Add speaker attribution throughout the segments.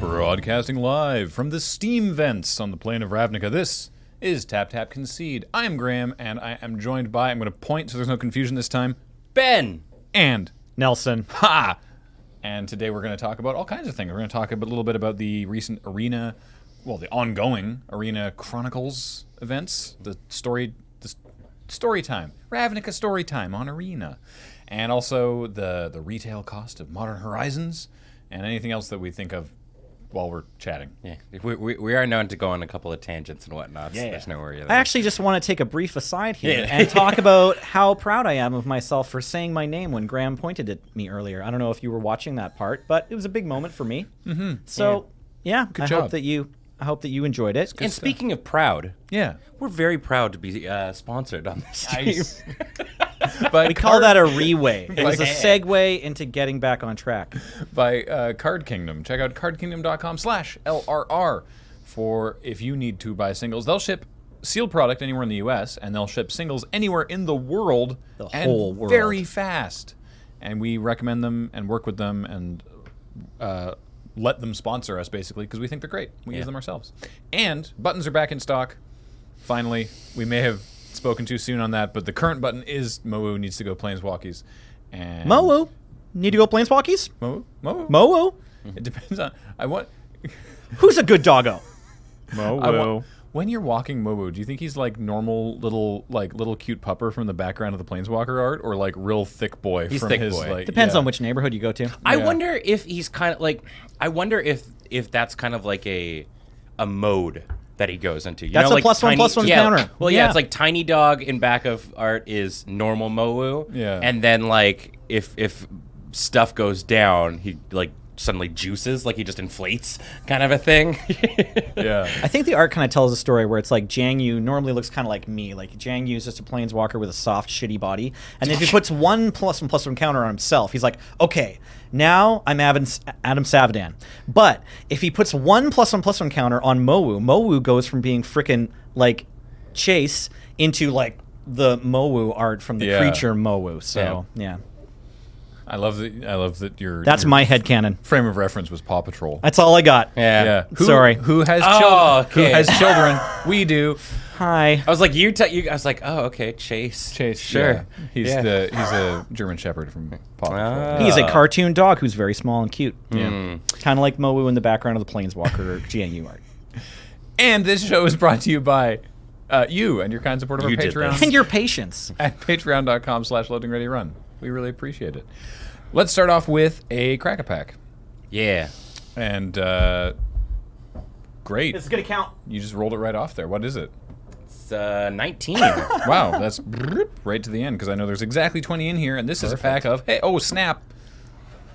Speaker 1: Broadcasting live from the steam vents on the plain of Ravnica, this is Tap Tap Concede. I am Graham, and I am joined by, I'm going to point so there's no confusion this time,
Speaker 2: Ben.
Speaker 1: and
Speaker 3: Nelson.
Speaker 1: Ha! And today we're going to talk about all kinds of things. We're going to talk a bit- little bit about the recent arena, well, the ongoing Arena Chronicles events, the story, the s- story time, Ravnica story time on Arena, and also the the retail cost of Modern Horizons, and anything else that we think of while we're chatting.
Speaker 2: Yeah, we, we, we are known to go on a couple of tangents and whatnot. So there's no worry.
Speaker 3: I actually just want to take a brief aside here
Speaker 2: Yeah.
Speaker 3: and talk about how proud I am of myself for saying my name when Graham pointed at me earlier. I don't know if you were watching that part, but it was a big moment for me. Mm-hmm. So, yeah, I
Speaker 1: job.
Speaker 3: hope that you I hope that you enjoyed it.
Speaker 2: and speaking of proud,
Speaker 1: Yeah.
Speaker 2: we're very proud to be uh, sponsored on this team.
Speaker 1: Nice. but
Speaker 3: we call that a reway. It was a
Speaker 1: Like-
Speaker 3: segue into getting back on track.
Speaker 1: by uh, Card Kingdom. Check out cardkingdom.com slash LRR for if you need to buy singles. They'll ship sealed product anywhere in the US and they'll ship singles anywhere in the world
Speaker 3: The
Speaker 1: and
Speaker 3: whole world.
Speaker 1: very fast. And we recommend them and work with them and uh, let them sponsor us basically because we think they're great. We use them ourselves. And buttons are back in stock. Finally, we may have spoken too soon on that, but the current button is Moo needs to go planeswalkies. And
Speaker 3: Mowo, need to go planeswalkies?
Speaker 1: Moo? Moo?
Speaker 3: Mowo,
Speaker 1: It depends on. I want.
Speaker 3: who's a good doggo?
Speaker 2: Oh,
Speaker 1: I want when you're walking Mobu, do you think he's like normal little, like little cute pupper from the background of the Planeswalker art, or like real thick boy
Speaker 2: He's
Speaker 1: from
Speaker 2: thick
Speaker 1: his
Speaker 2: boy.
Speaker 1: like?
Speaker 3: Depends
Speaker 1: yeah.
Speaker 3: on which neighborhood you go to.
Speaker 2: I
Speaker 1: Yeah.
Speaker 2: wonder if he's kind of like, I wonder if if that's kind of like a a mode that he goes into. You
Speaker 3: That's
Speaker 2: know,
Speaker 3: a
Speaker 2: like
Speaker 3: plus one,
Speaker 2: tiny-
Speaker 3: plus one
Speaker 2: yeah,
Speaker 3: counter.
Speaker 2: Well, yeah,
Speaker 3: Yeah.
Speaker 2: it's like tiny dog in back of art is normal Mowu.
Speaker 1: Yeah.
Speaker 2: and then like if if stuff goes down, he like suddenly juices, like he just inflates, kind of a thing.
Speaker 1: Yeah.
Speaker 3: I think the art kind of tells a story where it's like Jang Yu normally looks kind of like me. Like Jang Yu's just a planeswalker with a soft, shitty body. And then if he puts one plus one plus one counter on himself, he's like, okay, now I'm Adam, Adam Savdan. But if he puts one plus one plus one counter on Mowu, Mowu goes from being freaking like Chase into like the Mowu art from the
Speaker 1: Yeah.
Speaker 3: creature Mowu. So, yeah.
Speaker 1: I love that. I love that your.
Speaker 3: That's
Speaker 1: your
Speaker 3: my headcanon.
Speaker 1: frame of reference was Paw Patrol.
Speaker 3: That's all I got.
Speaker 2: Yeah.
Speaker 1: Who,
Speaker 3: Sorry.
Speaker 1: Who has
Speaker 2: Oh,
Speaker 1: children? Who
Speaker 2: okay.
Speaker 1: has children? we do.
Speaker 3: Hi.
Speaker 2: I was like, you, te- you. I was like, oh, okay, Chase. sure.
Speaker 1: yeah. He's
Speaker 2: Yeah.
Speaker 1: the he's a German Shepherd from Paw Patrol.
Speaker 2: Ah.
Speaker 3: He's a
Speaker 2: Uh,
Speaker 3: cartoon dog who's very small and cute.
Speaker 1: Yeah.
Speaker 3: Kind of like Mowu in the background of the Planeswalker GNU art.
Speaker 1: And this show is brought to you by uh, you and your kind support of our
Speaker 2: You did
Speaker 1: Patreon.
Speaker 2: this.
Speaker 3: And your patience.
Speaker 1: at patreon.com slash loading ready run. We really appreciate it. Let's start off with a crack a pack.
Speaker 2: Yeah.
Speaker 1: And uh, great.
Speaker 3: going to count.
Speaker 1: You just rolled it right off there. What is it?
Speaker 2: It's uh, 19.
Speaker 1: Wow, that's brrrp right to the end because I know there's exactly 20 in here, and this is a pack of, hey, oh, snap.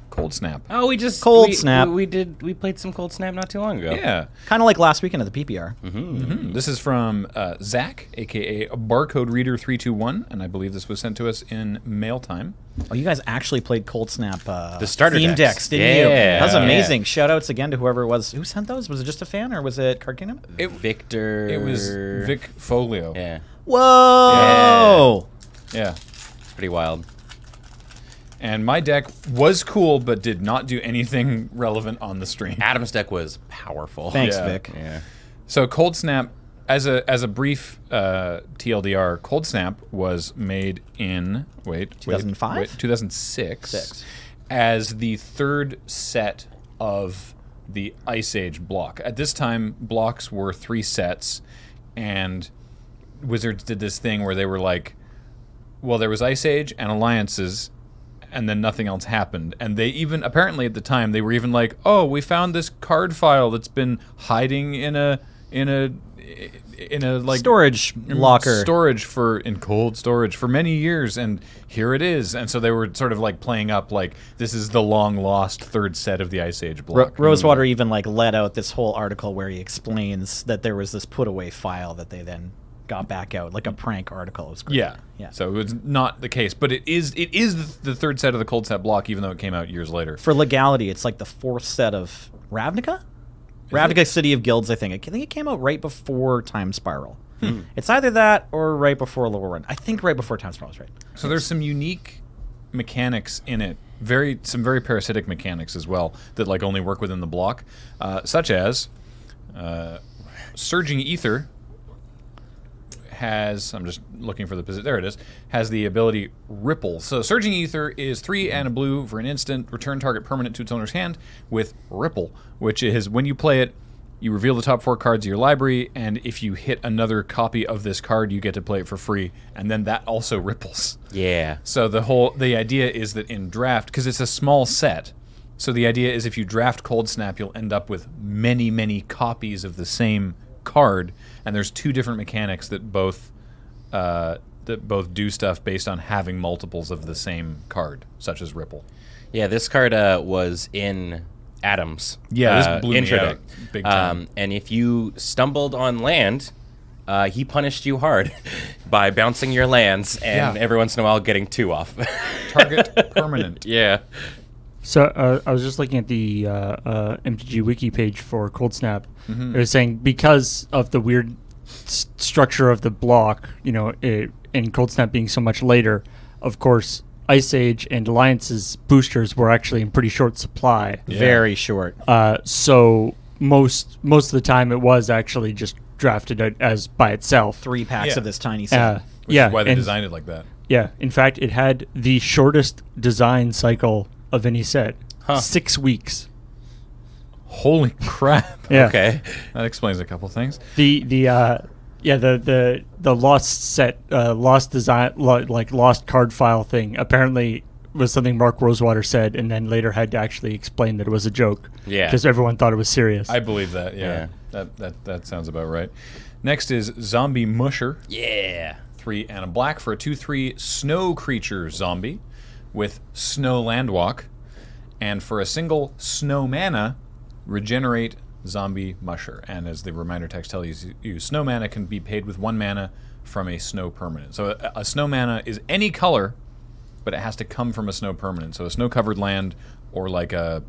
Speaker 1: Cold snap.
Speaker 2: oh, we just
Speaker 3: Cold
Speaker 2: we-
Speaker 3: snap.
Speaker 2: We, we did. We played some cold snap not too long ago.
Speaker 1: Yeah.
Speaker 3: Kind of like last weekend at the PPR.
Speaker 2: Mm-hmm.
Speaker 1: Hmm, This is from uh, Zach, aka Barcode Reader 321, and I believe this was sent to us in mail time.
Speaker 3: Oh, you guys actually played Cold Snap uh,
Speaker 2: The starter
Speaker 3: theme
Speaker 2: decks.
Speaker 3: decks, didn't you?
Speaker 2: Yeah.
Speaker 3: That was
Speaker 2: Yeah.
Speaker 3: amazing. Shout outs again to whoever it was. Who sent those? Was it just a fan or was it Card Kingdom?
Speaker 1: It-
Speaker 2: Victor.
Speaker 1: It was Vic Folio.
Speaker 2: Yeah.
Speaker 3: Whoa!
Speaker 1: Yeah.
Speaker 2: It's pretty wild.
Speaker 1: And my deck was cool, but did not do anything relevant on the stream.
Speaker 2: Adam's deck was powerful.
Speaker 3: Thanks,
Speaker 1: Yeah.
Speaker 3: Vic.
Speaker 2: Yeah.
Speaker 1: So Cold Snap, as a as a brief uh, TLDR, Cold Snap was made in wait
Speaker 3: 2005?
Speaker 1: two thousand six,
Speaker 3: Six.
Speaker 1: as the third set of the Ice Age block. At this time, blocks were three sets, and Wizards did this thing where they were like, well, there was Ice Age and Alliances, and then nothing else happened. And they even apparently at the time they were even like, oh, we found this card file that's been hiding in a in a in a like
Speaker 3: Storage locker.
Speaker 1: storage for in cold storage for many years and here it is and so they were sort of like playing up like this is the long lost third set of the ice age
Speaker 3: Ro-
Speaker 1: block
Speaker 3: Rosewater even like let out this whole article where he explains that there was this put away file that they then got back out, like a prank article. It was great.
Speaker 1: Yeah.
Speaker 3: Yeah.
Speaker 1: So it's not the case, but it is it is the third set of the cold set block, even though it came out years later.
Speaker 3: for legality, it's like the fourth set of Ravnica, Ravnica City of Guilds. I think. I think it came out right before Time Spiral.
Speaker 2: Hmm.
Speaker 3: It's either that or right before Lower Run. I think right before Time Spiral is right.
Speaker 1: So there's some unique mechanics in it very some very parasitic mechanics as well that like only work within the block, uh, such as uh, surging ether has I'm just looking for the position. There it is. Has the ability ripple. So surging ether is three and a blue for an instant. Return target permanent to its owner's hand with ripple, which is when you play it, you reveal the top four cards of your library, and if you hit another copy of this card, you get to play it for free, and then that also ripples.
Speaker 2: Yeah.
Speaker 1: So the whole the idea is that in draft, because it's a small set, so the idea is if you draft Cold Snap, you'll end up with many, many copies of the same card, and there's two different mechanics that both uh, that both do stuff based on having multiples of the same card, such as Ripple.
Speaker 2: Yeah, this card uh, was in Adams.
Speaker 1: Yeah, this
Speaker 2: uh,
Speaker 1: blew me
Speaker 2: intro
Speaker 1: out
Speaker 2: deck.
Speaker 1: big time.
Speaker 2: Um, and if you stumbled on land, uh, he punished you hard by bouncing your lands and
Speaker 1: Yeah.
Speaker 2: every once in a while getting two off.
Speaker 1: Target permanent.
Speaker 2: yeah.
Speaker 4: So uh, I was just looking at the uh, uh, MTG wiki page for Cold Snap.
Speaker 1: Mm-hmm.
Speaker 4: It was saying because of the weird s- structure of the block, you know, it, and Cold Snap being so much later, of course, Ice Age and Alliance's boosters were actually in pretty short supply.
Speaker 3: Very short.
Speaker 4: Uh, so most most of the time, it was actually just drafted out as by itself.
Speaker 3: Three packs
Speaker 1: Yeah.
Speaker 3: of this tiny set.
Speaker 4: Uh,
Speaker 1: Which
Speaker 4: yeah,
Speaker 1: is why they
Speaker 4: and-
Speaker 1: designed it like that.
Speaker 4: yeah. In fact, it had the shortest design cycle of any set.
Speaker 2: Huh.
Speaker 4: Six weeks.
Speaker 1: Holy crap!
Speaker 4: Yeah.
Speaker 2: Okay.
Speaker 1: That explains a couple things.
Speaker 4: The the uh, yeah the the the lost set uh, lost design lo- like lost card file thing apparently was something Mark Rosewater said and then later had to actually explain that it was a joke.
Speaker 2: Yeah.
Speaker 4: Because everyone thought it was serious.
Speaker 1: I believe that. Yeah,
Speaker 2: Yeah.
Speaker 1: That, that that sounds about right. Next is Zombie Musher.
Speaker 2: Yeah.
Speaker 1: three and a black for a two three snow creature zombie with snow landwalk and for a single snow mana regenerate zombie musher and as the reminder text tells you, you snow mana can be paid with one mana from a snow permanent so a, a snow mana is any color but it has to come from a snow permanent so a snow covered land or like a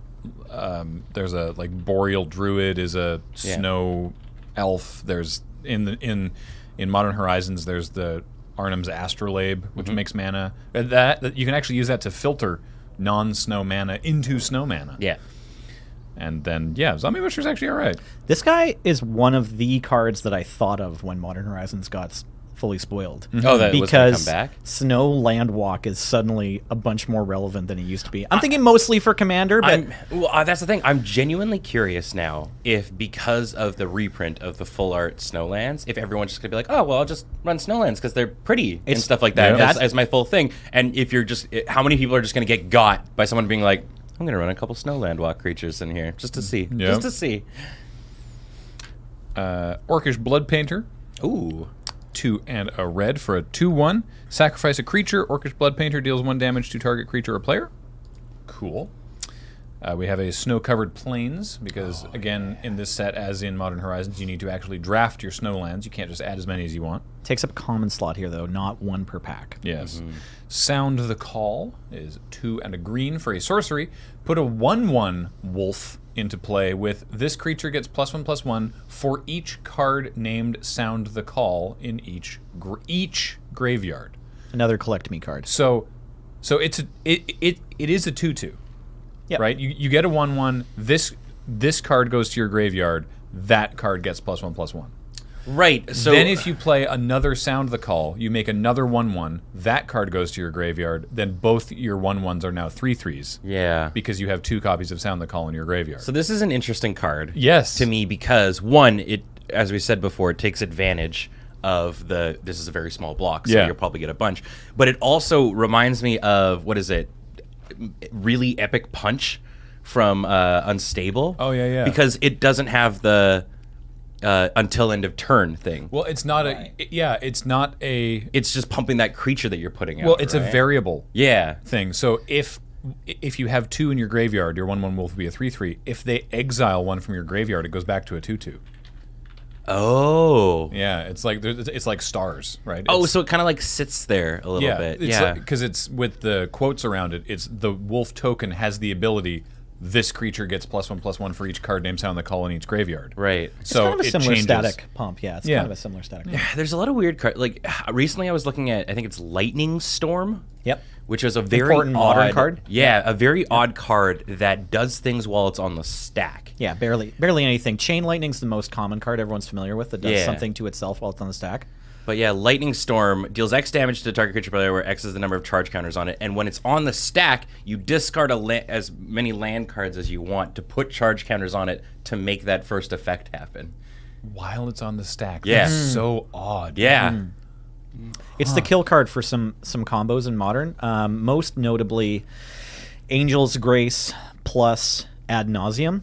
Speaker 1: um, there's a like boreal druid is a
Speaker 2: Yeah.
Speaker 1: snow elf. There's in the in in Modern Horizons. There's the Arnim's astrolabe, which makes mana. Uh, That, that you can actually use that to filter non-snow mana into snow mana.
Speaker 2: Yeah.
Speaker 1: And then yeah, zombie musher's actually all right.
Speaker 3: This guy is one of the cards that I thought of when Modern Horizons got s- fully spoiled.
Speaker 2: Oh, that it was gonna come
Speaker 3: because
Speaker 2: back?
Speaker 3: Snow Landwalk is suddenly a bunch more relevant than it used to be. I'm thinking mostly for Commander, but
Speaker 2: I'm, well, uh, that's the thing. I'm genuinely curious now if, because of the reprint of the full art Snowlands, if everyone's just gonna be like, "Oh, well, I'll just run Snowlands because they're pretty and
Speaker 3: It's-
Speaker 2: stuff like that,"
Speaker 3: Yeah.
Speaker 2: as, as my full thing. And if you're just, it- how many people are just gonna get got by someone being like, "I'm gonna run a couple Snowland walk creatures in here just to see,
Speaker 1: Mm, Yeah.
Speaker 2: just to see."
Speaker 1: Uh, Orcish blood painter.
Speaker 2: Ooh,
Speaker 1: Two and a red for a two-one. Sacrifice a creature. Orcish blood painter deals one damage to target creature or player. Cool. Uh, we have a snow covered plains because, again, in this set, as in Modern Horizons, you need to actually draft your snowlands. You can't just add as many as you want.
Speaker 3: takes up a common slot here though, not one per pack.
Speaker 1: Yes. Sound the Call is two and a green for a sorcery. Put a 1 1 wolf into play with this creature gets plus 1 plus 1 for each card named Sound the Call in each, gr- each graveyard.
Speaker 3: Another collect me card.
Speaker 1: So, so it's a, it, it it is a two two,
Speaker 3: Yep.
Speaker 1: right? You, you get a one one. This this card goes to your graveyard. That card gets plus one plus one.
Speaker 2: right. So
Speaker 1: then if you play another sound the call, you make another one one. That card goes to your graveyard. Then both your one ones are now three threes
Speaker 2: yeah.
Speaker 1: because you have two copies of sound the call in your graveyard.
Speaker 2: So this is an interesting card.
Speaker 1: yes,
Speaker 2: to me because one, it as we said before, it takes advantage of the this is a very small block, so
Speaker 1: Yeah.
Speaker 2: you'll probably get a bunch. But it also reminds me of what is it? Really epic punch from uh, Unstable.
Speaker 1: Oh, yeah, yeah.
Speaker 2: Because it doesn't have the uh, until end of turn thing.
Speaker 1: Well, it's not a yeah. It's not a.
Speaker 2: it's just pumping that creature that you're putting out.
Speaker 1: Well, it's a
Speaker 2: right?
Speaker 1: variable.
Speaker 2: yeah.
Speaker 1: thing. So if if you have two in your graveyard, your one one wolf will be a three three. If they exile one from your graveyard, it goes back to a two two.
Speaker 2: Oh.
Speaker 1: Yeah, it's like there's- it's like stars, right?
Speaker 2: Oh,
Speaker 1: It's-
Speaker 2: so it kind of like sits there a little
Speaker 1: yeah,
Speaker 2: bit.
Speaker 1: it's
Speaker 2: yeah.
Speaker 1: because it's with the quotes around it. It's the wolf token has the ability. this creature gets plus one plus one for each card name sound they call in each graveyard.
Speaker 2: Right.
Speaker 3: It's
Speaker 1: So
Speaker 3: kind of a
Speaker 1: it
Speaker 3: similar
Speaker 1: changes.
Speaker 3: static pump. Yeah, it's
Speaker 1: Yeah.
Speaker 3: kind of a similar static. Pump.
Speaker 2: There's a lot of weird cards. Like recently, I was looking at I think it's Lightning Storm.
Speaker 3: Yep.
Speaker 2: Which was a very
Speaker 3: Important
Speaker 2: odd,
Speaker 3: modern card.
Speaker 2: Yeah, a very odd card that does things while it's on the stack.
Speaker 3: Yeah, barely, barely anything. Chain lightning's the most common card everyone's familiar with that does
Speaker 2: Yeah.
Speaker 3: something to itself while it's on the stack.
Speaker 2: But yeah, Lightning Storm deals X damage to the target creature player, where X is the number of charge counters on it. And when it's on the stack, you discard a la- as many land cards as you want to put charge counters on it to make that first effect happen.
Speaker 1: While it's on the stack.
Speaker 2: Yeah.
Speaker 1: That's so odd.
Speaker 2: Yeah,
Speaker 3: Hmm. It's the kill card for some some combos in modern. Um, most notably, Angel's Grace plus ad nauseum,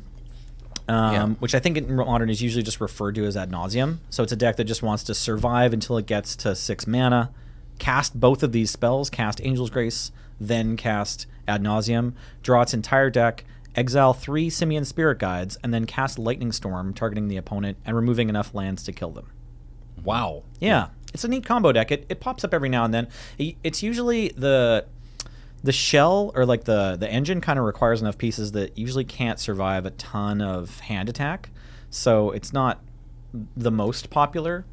Speaker 3: um,
Speaker 2: Yeah.
Speaker 3: which I think in modern is usually just referred to as ad nauseum. So it's a deck that just wants to survive until it gets to six mana. Cast both of these spells. Cast Angel's Grace, then cast ad nauseum. Draw its entire deck. Exile three Simeon Spirit Guides, and then cast Lightning Storm, targeting the opponent and removing enough lands to kill them.
Speaker 1: Wow.
Speaker 3: Yeah, it's a neat combo deck. It, it pops up every now and then. I- It's usually the the shell or like the the engine kind of requires enough pieces that usually can't survive a ton of hand attack. So it's not the most popular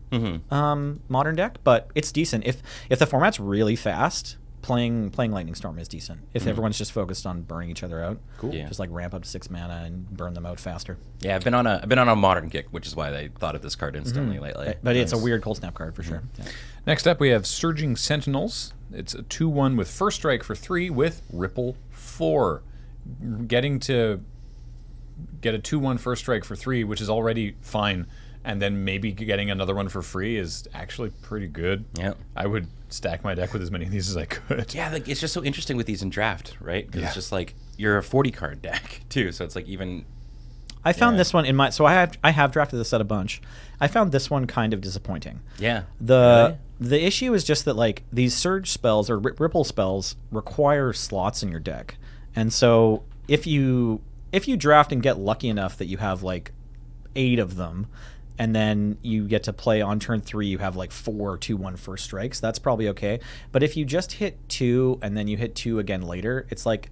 Speaker 3: um, modern deck, but it's decent. If if the format's really fast, playing playing Lightning Storm is decent. If everyone's just focused on burning each other out, Mm-hmm. cool.
Speaker 2: Yeah.
Speaker 3: Just like ramp up six mana and burn them out faster.
Speaker 2: yeah. I've been on a I've been on a modern kick, which is why I thought of this card instantly lately.
Speaker 3: Hmm. But it's a weird cold snap card for sure. Yeah.
Speaker 1: Next up, we have Surging Sentinels. It's a 2 1 with First Strike for 3 with Ripple 4. Getting to get a 2 1 First Strike for 3, which is already fine, and then maybe getting another one for free is actually pretty good.
Speaker 2: Yeah.
Speaker 1: I would stack my deck with as many of these as I could.
Speaker 2: Yeah, like it's just so interesting with these in draft, right? Because
Speaker 1: Yeah.
Speaker 2: it's just like you're a 40 card deck too, so it's like even
Speaker 3: I found
Speaker 2: Yeah.
Speaker 3: this one in my so I have I have drafted this set a bunch. I found this one kind of disappointing.
Speaker 2: yeah.
Speaker 3: The the issue is just that like these surge spells or ri- ripple spells require slots in your deck, and so if you if you draft and get lucky enough that you have like eight of them, and then you get to play on turn three, you have like four two one first strikes. That's probably okay. But if you just hit two and then you hit two again later, it's like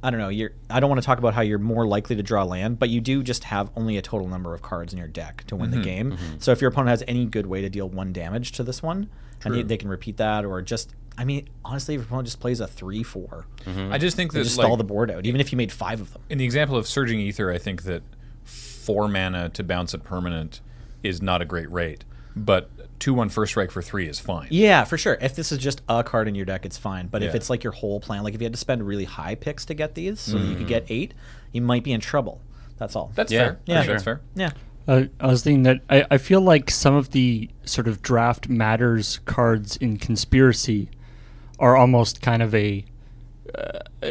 Speaker 3: I don't know. You're. I don't want to talk about how you're more likely to draw land, but you do just have only a total number of cards in your deck to
Speaker 1: Mm-hmm,
Speaker 3: win the game. So if your opponent has any good way to deal one damage to this one, and they,
Speaker 1: True.
Speaker 3: they can repeat that, or just. I mean, honestly, if your opponent just plays a three-four,
Speaker 1: I just think
Speaker 3: they
Speaker 1: that
Speaker 3: just
Speaker 1: Mm-hmm. like,
Speaker 3: stall the board out. Even if you made five of them,
Speaker 1: in the example of Surging Ether, I think that four mana to bounce a permanent is not a great rate, but 2 1 First Strike for 3 is fine.
Speaker 3: yeah, for sure. If this is just a card in your deck, it's fine. But if
Speaker 1: Yeah.
Speaker 3: it's like your whole plan, like if you had to spend really high picks to get these, so that you could get eight, you might be in trouble. That's all.
Speaker 1: Mm-hmm. That's
Speaker 2: Yeah,
Speaker 1: fair. I
Speaker 3: Yeah.
Speaker 1: think That's fair.
Speaker 3: yeah.
Speaker 4: Uh, I was thinking that I, I feel like some of the sort of draft matters cards in conspiracy are almost kind of a uh, uh,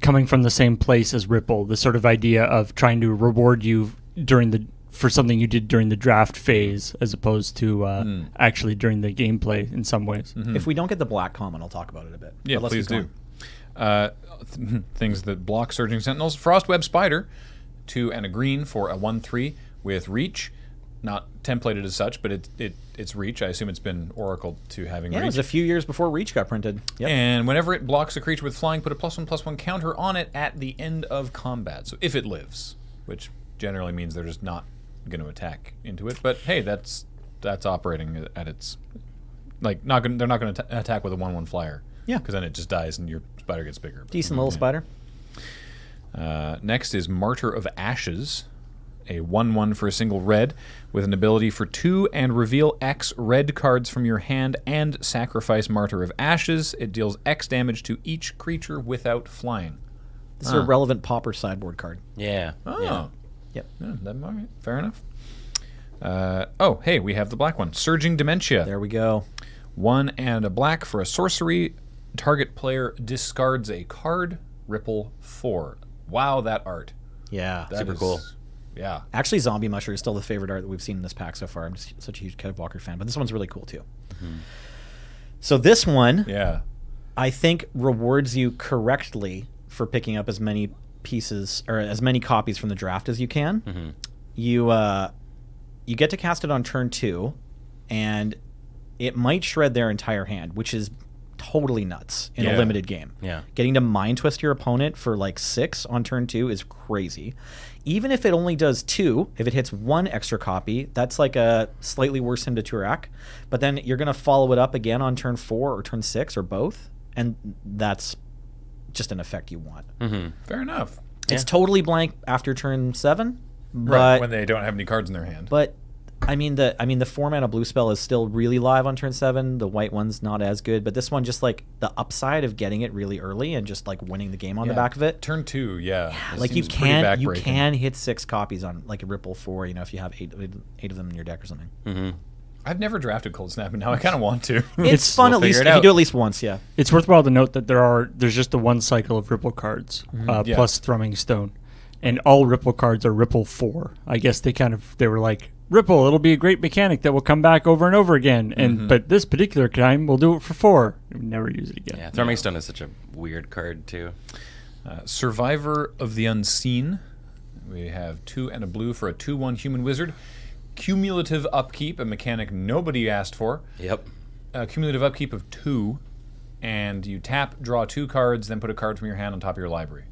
Speaker 4: coming from the same place as Ripple. The sort of idea of trying to reward you during the for something you did during the draft phase, as opposed to uh, actually during the gameplay in some ways.
Speaker 3: If we don't get the black common, I'll talk about it a bit.
Speaker 1: Hmm. Yeah,
Speaker 3: But let's
Speaker 1: please
Speaker 3: keep going.
Speaker 1: do. Uh, th- things that block Surging Sentinels. Frostweb Spider, two and a green for a one-three with reach. Not templated as such, but it, it it's reach. I assume it's been oracled to having
Speaker 3: Yeah, it
Speaker 1: reach.
Speaker 3: was a few years before Reach got printed. Yep.
Speaker 1: and whenever it blocks a creature with flying, put a plus one plus one counter on it at the end of combat. So if it lives, which generally means they're just not going to attack into it. But hey, that's that's operating at its like not going. They're not going to attack with a one-one flyer.
Speaker 3: Yeah.
Speaker 1: because then it just dies and your spider gets bigger. But-
Speaker 3: Decent little spider.
Speaker 1: uh, next is Martyr of Ashes, a 1 1 for a single red, with an ability for 2 and reveal X red cards from your hand and sacrifice Martyr of Ashes. It deals X damage to each creature without flying.
Speaker 3: This is a relevant popper sideboard card.
Speaker 2: Yeah.
Speaker 1: Oh.
Speaker 2: yeah.
Speaker 3: Yep.
Speaker 1: Yeah, that, all right, fair enough. Uh, oh, hey, we have the black one Surging Dementia.
Speaker 3: There we go.
Speaker 1: One and a black for a sorcery. Target player discards a card, Ripple 4. Wow, that art.
Speaker 3: Yeah.
Speaker 1: That
Speaker 2: Super
Speaker 1: is-
Speaker 2: cool.
Speaker 1: Yeah.
Speaker 3: Actually, Zombie Musher is still the favorite art that we've seen in this pack so far. I'm just such a huge Kev Walker fan, but this one's really cool too.
Speaker 1: Mm-hmm.
Speaker 3: So this one,
Speaker 1: Yeah.
Speaker 3: I think, rewards you correctly for picking up as many pieces or as many copies from the draft as you can. You uh, you get to cast it on turn two, and it might shred their entire hand, which is totally nuts in
Speaker 1: Yeah.
Speaker 3: a limited game.
Speaker 2: Yeah.
Speaker 3: Getting to mind twist your opponent for like six on turn two is crazy. Even if it only does two, if it hits one extra copy, that's like a slightly worse him to Turak. But then you're going to follow it up again on turn four or turn six or both. And that's just an effect you want.
Speaker 1: Mm-hmm.
Speaker 2: Mm-hmm.
Speaker 1: Fair enough.
Speaker 3: It's totally blank after turn seven. But
Speaker 1: Right. when they don't have any cards in their hand.
Speaker 3: but I mean the I mean the four mana blue spell is still really live on turn seven. The white one's not as good, but this one just like the upside of getting it really early and just like winning the game on the
Speaker 1: Yeah.
Speaker 3: back of it.
Speaker 1: Turn two, yeah. It
Speaker 3: like you
Speaker 1: seems pretty
Speaker 3: can you
Speaker 1: backbreaking.
Speaker 3: can hit six copies on like a ripple four. You know if you have eight eight of them in your deck or something.
Speaker 2: Hmm. Mm-hmm.
Speaker 1: I've never drafted Cold Snap, and now I kind of want to.
Speaker 3: It's,
Speaker 4: It's-
Speaker 3: fun
Speaker 2: We'll
Speaker 3: at least
Speaker 2: figure
Speaker 3: if
Speaker 2: it
Speaker 3: you do
Speaker 2: out.
Speaker 3: at least once. Yeah,
Speaker 4: It's worthwhile to note that there are there's just the one cycle of ripple cards uh,
Speaker 1: Yeah.
Speaker 4: plus thrumming stone, and all ripple cards are ripple four. I guess they kind of they were like ripple. It'll be a great mechanic that will come back over and over again. And but this particular time we'll do it for four. Never use it again.
Speaker 2: Yeah, Thrumming Stone is such a weird card too.
Speaker 1: Uh, Survivor of the Unseen. We have two and a blue for a 2 1 human wizard. Cumulative upkeep, a mechanic nobody asked for.
Speaker 2: Yep.
Speaker 1: Uh, cumulative upkeep of two, and you tap, draw two cards, then put a card from your hand on top of your library.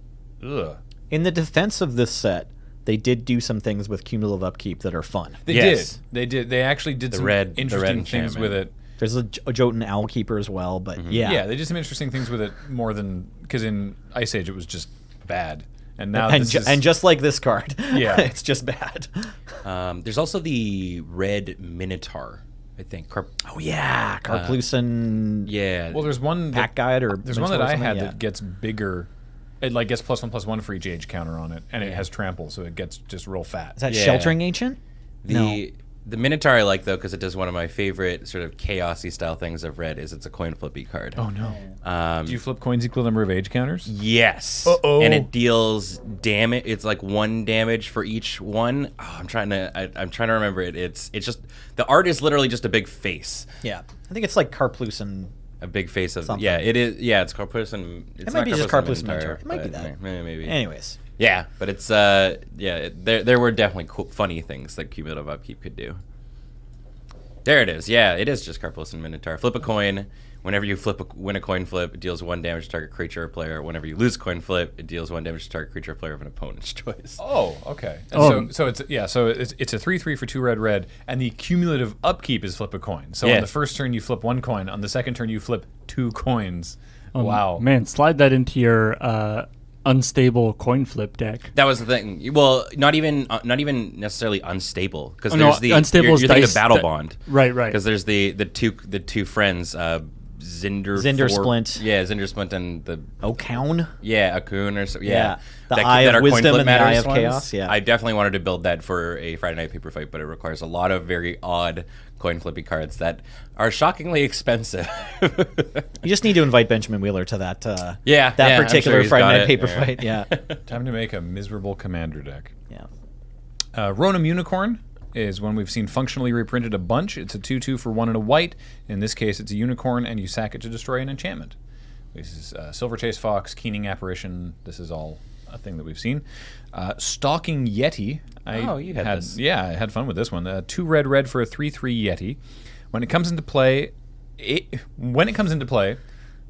Speaker 1: Ugh.
Speaker 3: in the defense of this set, they did do some things with cumulative upkeep that are fun.
Speaker 1: They
Speaker 2: Yes.
Speaker 1: did. They did. They actually did some
Speaker 2: red- the red
Speaker 1: interesting things
Speaker 2: enchantment.
Speaker 1: with it.
Speaker 3: There's a, J- a Jotun Owl Keeper as well, but yeah,
Speaker 1: Mm-hmm. Yeah, they did some interesting things with it more than because in Ice Age it was just bad, and now
Speaker 3: and
Speaker 1: this
Speaker 3: ju-
Speaker 1: is,
Speaker 3: and just like this card,
Speaker 1: Yeah.
Speaker 3: it's just bad.
Speaker 2: Um, there's also the red Minotaur, I think. Carp-
Speaker 3: Oh yeah, Carplucin
Speaker 2: yeah.
Speaker 1: well, there's one that-
Speaker 3: pack guide or
Speaker 1: There's one that
Speaker 3: mentor
Speaker 1: I
Speaker 3: or something?
Speaker 1: had
Speaker 3: Yeah.
Speaker 1: that gets bigger. It like gets plus one plus one for each age counter on it, and it has trample, so it gets just real fat.
Speaker 3: is that
Speaker 2: Yeah.
Speaker 3: sheltering ancient?
Speaker 2: the the Minotaur I like though because it does one of my favorite sort of chaosy style things I've read is it's a coin flippy card.
Speaker 1: oh no!
Speaker 2: Um,
Speaker 1: Do you flip coins equal number of age counters?
Speaker 2: Yes.
Speaker 1: Uh-oh.
Speaker 2: And it deals damage. It's like one damage for each one. Oh, I'm trying to. I, I'm trying to remember it. It's. It's just the art is literally just a big face.
Speaker 3: Yeah, I think it's like Carplucin.
Speaker 2: A big face of.
Speaker 3: Something.
Speaker 2: Yeah. It is. Yeah. It's Carplucin. It's
Speaker 3: might
Speaker 2: not
Speaker 3: be just Carplucin Minotaur. It might
Speaker 2: but
Speaker 3: be that.
Speaker 2: may- Maybe. maybe.
Speaker 3: Anyways,
Speaker 2: Yeah, but it's. Uh. Yeah. it- There. There were definitely cool, funny things that cumulative upkeep could do. There it is. Yeah, it is just Carplucin Minotaur. Flip a coin. Whenever you flip a, win a coin flip, it deals one damage to target creature or player. Whenever you lose a coin flip, it deals one damage to target creature or player of an opponent's choice.
Speaker 1: Oh, okay. And
Speaker 4: Oh.
Speaker 1: So, so it's yeah. So it's, it's a three three for two red red, and the cumulative upkeep is flip a coin. So
Speaker 2: Yeah.
Speaker 1: on the first turn you flip one coin, on the second turn you flip two coins.
Speaker 3: Oh,
Speaker 1: wow.
Speaker 4: Man, slide that into your uh, unstable coin flip deck.
Speaker 2: That was the thing. Well, not even uh, not even necessarily unstable because
Speaker 4: Oh, no,
Speaker 2: there's the
Speaker 4: unstable
Speaker 2: you're,
Speaker 4: is
Speaker 2: you're thinking
Speaker 4: dice
Speaker 2: of battle
Speaker 4: that-
Speaker 2: bond,
Speaker 4: Right, right.
Speaker 2: Because there's the the two the two friends, uh, Zinder
Speaker 3: Zinder
Speaker 2: Thor-
Speaker 3: Splint.
Speaker 2: yeah, Zinder Splint and the
Speaker 3: Ocown.
Speaker 2: yeah Akun or so, yeah,
Speaker 3: Yeah, the
Speaker 2: That-
Speaker 3: Eye
Speaker 2: that
Speaker 3: of
Speaker 2: are coin
Speaker 3: Wisdom
Speaker 2: flip
Speaker 3: and the
Speaker 2: matters
Speaker 3: Eye of
Speaker 2: ones.
Speaker 3: Chaos, yeah.
Speaker 2: I definitely wanted to build that for a Friday night paper fight, but it requires a lot of very odd coin flippy cards that are shockingly expensive.
Speaker 3: You just need to invite Benjamin Wheeler to that. Uh,
Speaker 2: Yeah,
Speaker 3: that
Speaker 2: yeah, I'm
Speaker 3: particular
Speaker 2: sure he's
Speaker 3: Friday
Speaker 2: got
Speaker 3: Night
Speaker 2: it.
Speaker 3: Paper
Speaker 2: Yeah.
Speaker 3: fight. Yeah,
Speaker 1: Time to make a miserable commander deck.
Speaker 3: yeah.
Speaker 1: Uh, Ronin Unicorn is one we've seen functionally reprinted a bunch. It's a 2 2 for one and a white. In this case, it's a unicorn, and you sack it to destroy an enchantment. This is uh, Silver Chase Fox, Keening Apparition. This is all a thing that we've seen. Uh, Stalking Yeti. I
Speaker 2: Oh, you had this.
Speaker 1: Yeah, I had fun with this one. Uh, two red, red for a 3 3 Yeti. When it comes into play, it, when it comes into play,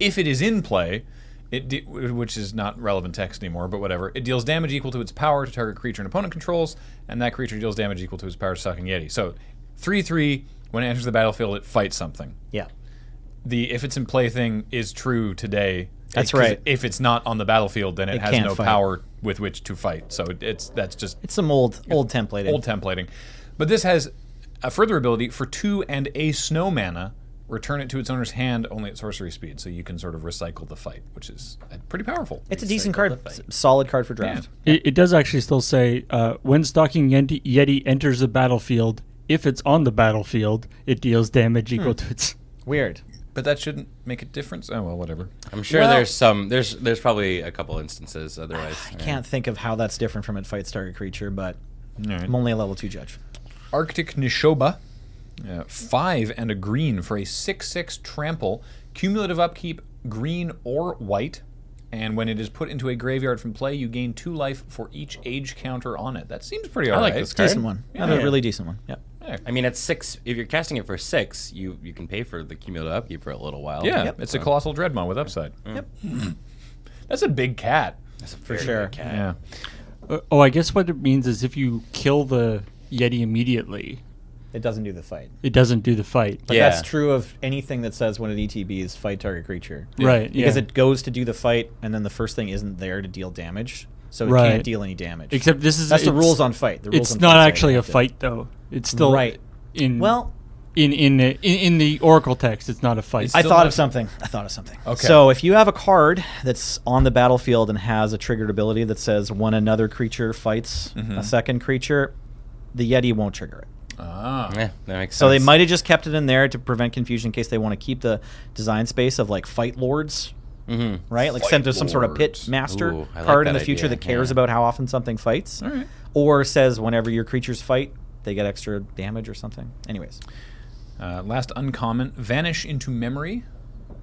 Speaker 1: if it is in play, it de- which is not relevant text anymore, but whatever. It deals damage equal to its power to target creature and opponent controls, and that creature deals damage equal to its power to Stalking Yeti. So, three three. When it enters the battlefield, it fights something.
Speaker 3: Yeah.
Speaker 1: The if it's in play thing is true today. eh,
Speaker 3: That's
Speaker 1: 'cause
Speaker 3: right.
Speaker 1: If it's not on the battlefield, then it,
Speaker 3: It
Speaker 1: has
Speaker 3: can't
Speaker 1: no
Speaker 3: fight.
Speaker 1: power with which to fight. So it, it's that's just
Speaker 3: It's some old old template.
Speaker 1: old templating. But this has a further ability for two and a snow mana. Return it to its owner's hand only at sorcery speed, so you can sort of recycle the fight, which is uh, pretty powerful.
Speaker 3: it's a decent card, s- solid card for draft.
Speaker 4: It, it does actually still say uh, when Stalking Yeti, Yeti enters the battlefield, if it's on the battlefield, it deals damage equal to its.
Speaker 3: Weird.
Speaker 1: But that shouldn't make a difference. Oh well, whatever.
Speaker 2: I'm sure
Speaker 3: Well-
Speaker 2: there's some there's there's probably a couple instances otherwise.
Speaker 3: I can't think of how that's different from it fights target creature, but
Speaker 1: All right.
Speaker 3: I'm only a level two judge.
Speaker 1: Arctic Nishoba, uh, five and a green for a six-six trample, cumulative upkeep, green or white, and when it is put into a graveyard from play, you gain two life for each age counter on it. That seems pretty alright.
Speaker 2: like this card.
Speaker 3: Decent one. Another really decent one. Yeah.
Speaker 1: Yeah,
Speaker 2: I mean, at six, if you're casting it for six, you you can pay for the cumulative upkeep for a little while.
Speaker 1: yeah
Speaker 3: Yep.
Speaker 1: it's a colossal dreadmon with upside. Yep. That's a big cat.
Speaker 2: That's a very big
Speaker 3: sure.
Speaker 2: cat.
Speaker 1: Yeah.
Speaker 4: Uh, oh, I guess what it means is if you kill the Yeti immediately,
Speaker 3: It doesn't do the fight.
Speaker 4: it doesn't do the fight.
Speaker 3: But
Speaker 2: Yeah.
Speaker 3: that's true of anything that says when an ETB is fight target creature.
Speaker 4: Right.
Speaker 3: Because
Speaker 4: yeah.
Speaker 3: it goes to do the fight, and then the first thing isn't there to deal damage, so it
Speaker 4: Right.
Speaker 3: can't deal any damage.
Speaker 4: Except this is
Speaker 3: that's the
Speaker 4: it's-
Speaker 3: rules on fight. The rules
Speaker 4: It's
Speaker 3: on
Speaker 4: not
Speaker 3: fight say
Speaker 4: actually
Speaker 3: you
Speaker 4: a
Speaker 3: have to-
Speaker 4: fight though. It's still
Speaker 3: Right.
Speaker 4: In
Speaker 3: Well,
Speaker 4: in in the, in, in the Oracle text, it's not a fight. Uh,
Speaker 1: It's
Speaker 3: I
Speaker 1: Still
Speaker 3: thought
Speaker 1: not-
Speaker 3: of something. I thought of something.
Speaker 1: Okay.
Speaker 3: So if you have a card that's on the battlefield and has a triggered ability that says when another creature fights a second creature, the Yeti won't trigger it.
Speaker 1: Ah.
Speaker 2: Yeah, that makes
Speaker 3: So they
Speaker 2: sense.
Speaker 3: might have just kept it in there to prevent confusion in case they want to keep the design space of like fight lords,
Speaker 2: Mhm.
Speaker 3: right? Like
Speaker 1: Fight
Speaker 3: send there's some sort of pit
Speaker 1: lords.
Speaker 3: master
Speaker 2: Ooh, I like
Speaker 3: card in
Speaker 2: that
Speaker 3: the future
Speaker 2: idea,
Speaker 3: that cares
Speaker 2: yeah.
Speaker 3: about how often something fights,
Speaker 1: All right.
Speaker 3: or says whenever your creatures fight, they get extra damage or something. Anyways,
Speaker 1: Uh, last uncommon, vanish into memory.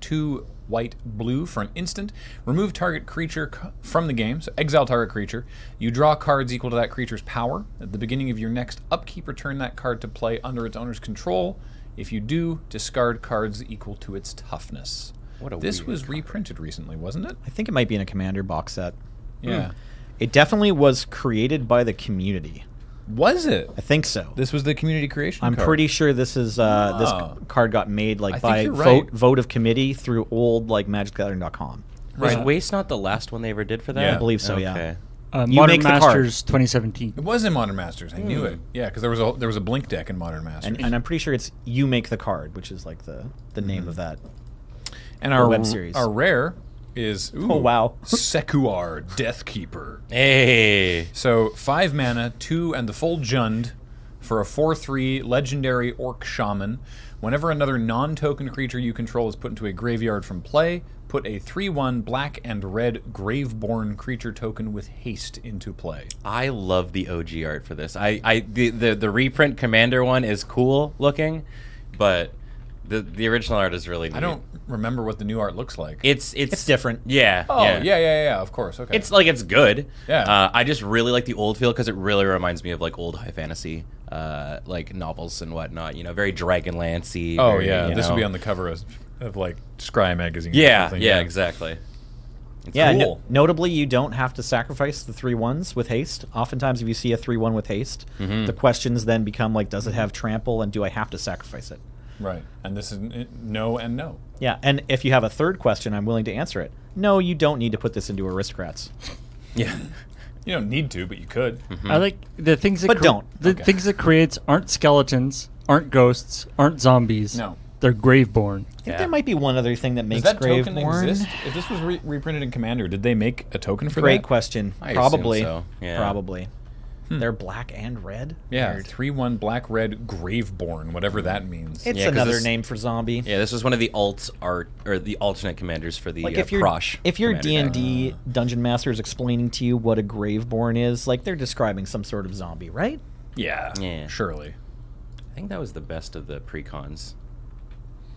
Speaker 1: Two white blue for an instant. Remove target creature c- from the game. So exile target creature. You draw cards equal to that creature's power. At the beginning of your next upkeep, return that card to play under its owner's control. If you do, discard cards equal to its toughness.
Speaker 2: What a
Speaker 1: this
Speaker 2: weird
Speaker 1: was reprinted recently, wasn't it?
Speaker 3: I think it might be in a commander box set.
Speaker 2: Hmm.
Speaker 1: Yeah.
Speaker 3: It definitely was created by the community.
Speaker 1: Was it?
Speaker 3: I think so.
Speaker 1: This was the community creation.
Speaker 3: I'm
Speaker 1: card.
Speaker 3: pretty sure this is uh, this
Speaker 1: Ah.
Speaker 3: c- card got made like
Speaker 1: I think
Speaker 3: by
Speaker 1: you're
Speaker 3: vote
Speaker 1: right.
Speaker 3: vote of committee through old like magicgathering.com.
Speaker 2: Was
Speaker 1: Right.
Speaker 2: Waste not the last one they ever did for that?
Speaker 1: Yeah.
Speaker 3: I believe so. Yeah.
Speaker 2: Okay.
Speaker 4: uh,
Speaker 3: you
Speaker 4: Modern
Speaker 3: make the card. Hmm.
Speaker 4: Masters 2017.
Speaker 1: It was in Modern Masters. I
Speaker 2: Hmm.
Speaker 1: knew it. Yeah, because there was a there was a blink deck in Modern Masters.
Speaker 3: and, and I'm pretty sure it's you make the card, which is like the the name
Speaker 1: Mm-hmm.
Speaker 3: of that.
Speaker 1: And our
Speaker 3: web series.
Speaker 1: our rare is ooh,
Speaker 3: Oh, wow.
Speaker 1: Sekuar Deathkeeper.
Speaker 2: Hey.
Speaker 1: So five mana, two and the full Jund for a four three legendary orc shaman. Whenever another non-token creature you control is put into a graveyard from play, put a three one black and red graveborn creature token with haste into play.
Speaker 2: I love the OG art for this. I, I the, the the reprint Commander one is cool looking, but the the original art is really. Neat.
Speaker 1: I don't remember what the new art looks like.
Speaker 2: It's it's
Speaker 3: It's different.
Speaker 2: Yeah.
Speaker 1: oh yeah yeah yeah, yeah of course okay.
Speaker 2: It's like it's good.
Speaker 1: Yeah.
Speaker 2: Uh, I just really like the old feel because it really reminds me of like old high fantasy, uh, like novels and whatnot. You know, very Dragonlancey.
Speaker 1: Oh
Speaker 2: very,
Speaker 1: yeah,
Speaker 2: you
Speaker 1: this would be
Speaker 2: know-
Speaker 1: on the cover of, of like Scry magazine. or
Speaker 2: Yeah,
Speaker 1: something,
Speaker 2: yeah, exactly.
Speaker 3: Yeah, no-
Speaker 1: cool.
Speaker 3: notably, you don't have to sacrifice the three ones with haste. Oftentimes, if you see a three one with haste,
Speaker 1: Mm-hmm.
Speaker 3: the questions then become like, does it have trample, and do I have to sacrifice it?
Speaker 1: Right, and this is n- no and no.
Speaker 3: Yeah, and if you have a third question, I'm willing to answer it. No, you don't need to put this into aristocrats.
Speaker 2: Yeah.
Speaker 1: You don't need to, but you could.
Speaker 4: I like the things that
Speaker 3: But don't.
Speaker 4: the
Speaker 1: Okay.
Speaker 4: things it creates aren't skeletons, aren't ghosts, aren't zombies.
Speaker 1: No.
Speaker 4: they're graveborn.
Speaker 3: I think
Speaker 2: Yeah.
Speaker 3: there might be one other thing that
Speaker 1: Does
Speaker 3: makes
Speaker 1: that token
Speaker 3: Graveborn.
Speaker 1: exist? If this was re- reprinted in Commander, did they make a token for
Speaker 3: Great
Speaker 1: that? Hmm.
Speaker 3: question.
Speaker 2: I assume
Speaker 3: Probably.
Speaker 2: so, yeah.
Speaker 3: Probably. They're black and red.
Speaker 1: Yeah,
Speaker 3: Weird.
Speaker 1: three one black red graveborn, whatever that means.
Speaker 3: It's
Speaker 2: Yeah, 'cause
Speaker 3: another
Speaker 2: this-
Speaker 3: name for zombie.
Speaker 2: Yeah, this was one of the alt art or the alternate commanders for the
Speaker 3: Like
Speaker 2: uh,
Speaker 3: if your
Speaker 2: Prosh
Speaker 3: if your D
Speaker 2: commander
Speaker 3: and
Speaker 2: deck.
Speaker 3: D dungeon master is explaining to you what a graveborn is, like they're describing some sort of zombie, right?
Speaker 1: yeah,
Speaker 2: Yeah.
Speaker 1: surely.
Speaker 2: I think that was the best of the pre-cons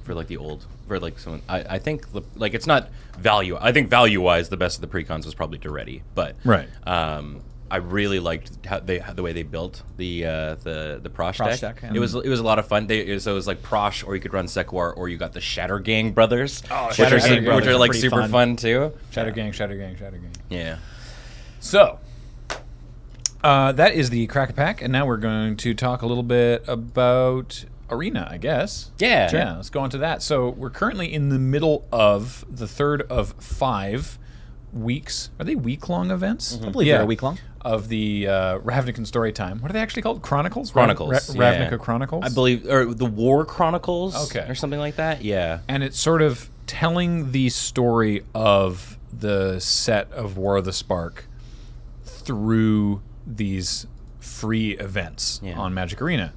Speaker 2: for like the old for like someone. I, I think the, like it's not value. I think value wise, the best of the pre-cons was probably Duretti, but
Speaker 1: Right.
Speaker 2: Um, I really liked how they how, the way they built the uh, the the Prosh,
Speaker 3: Prosh
Speaker 2: deck.
Speaker 3: deck, yeah.
Speaker 2: It was it was a lot of fun. They, it was, so it was like Prosh, or you could run Sekwar, or you got the Shatter Gang brothers,
Speaker 1: Oh,
Speaker 2: which,
Speaker 1: Shatter
Speaker 2: are,
Speaker 1: Gang
Speaker 2: su-
Speaker 1: brothers
Speaker 2: which are
Speaker 1: are
Speaker 2: like
Speaker 3: pretty
Speaker 2: super
Speaker 3: fun.
Speaker 2: fun too.
Speaker 1: Shadow gang, shadow gang, shadow gang.
Speaker 2: Yeah.
Speaker 1: So. Uh, that is the crack a pack, and now we're going to talk a little bit about arena, I guess.
Speaker 2: Yeah. Sure.
Speaker 1: yeah. Let's go on to that. So we're currently in the middle of the third of five weeks. Are they week long events?
Speaker 2: Mm-hmm.
Speaker 3: I believe they're a week long.
Speaker 1: Of the uh, Ravnican story time. What are they actually called? Chronicles. Ra-
Speaker 2: Chronicles.
Speaker 1: Ra-
Speaker 2: yeah.
Speaker 1: Ravnica Chronicles.
Speaker 2: I believe, or the War Chronicles,
Speaker 1: Okay.
Speaker 2: or something like that. Yeah.
Speaker 1: and it's sort of telling the story of the set of War of the Spark through these free events
Speaker 2: Yeah.
Speaker 1: on Magic Arena.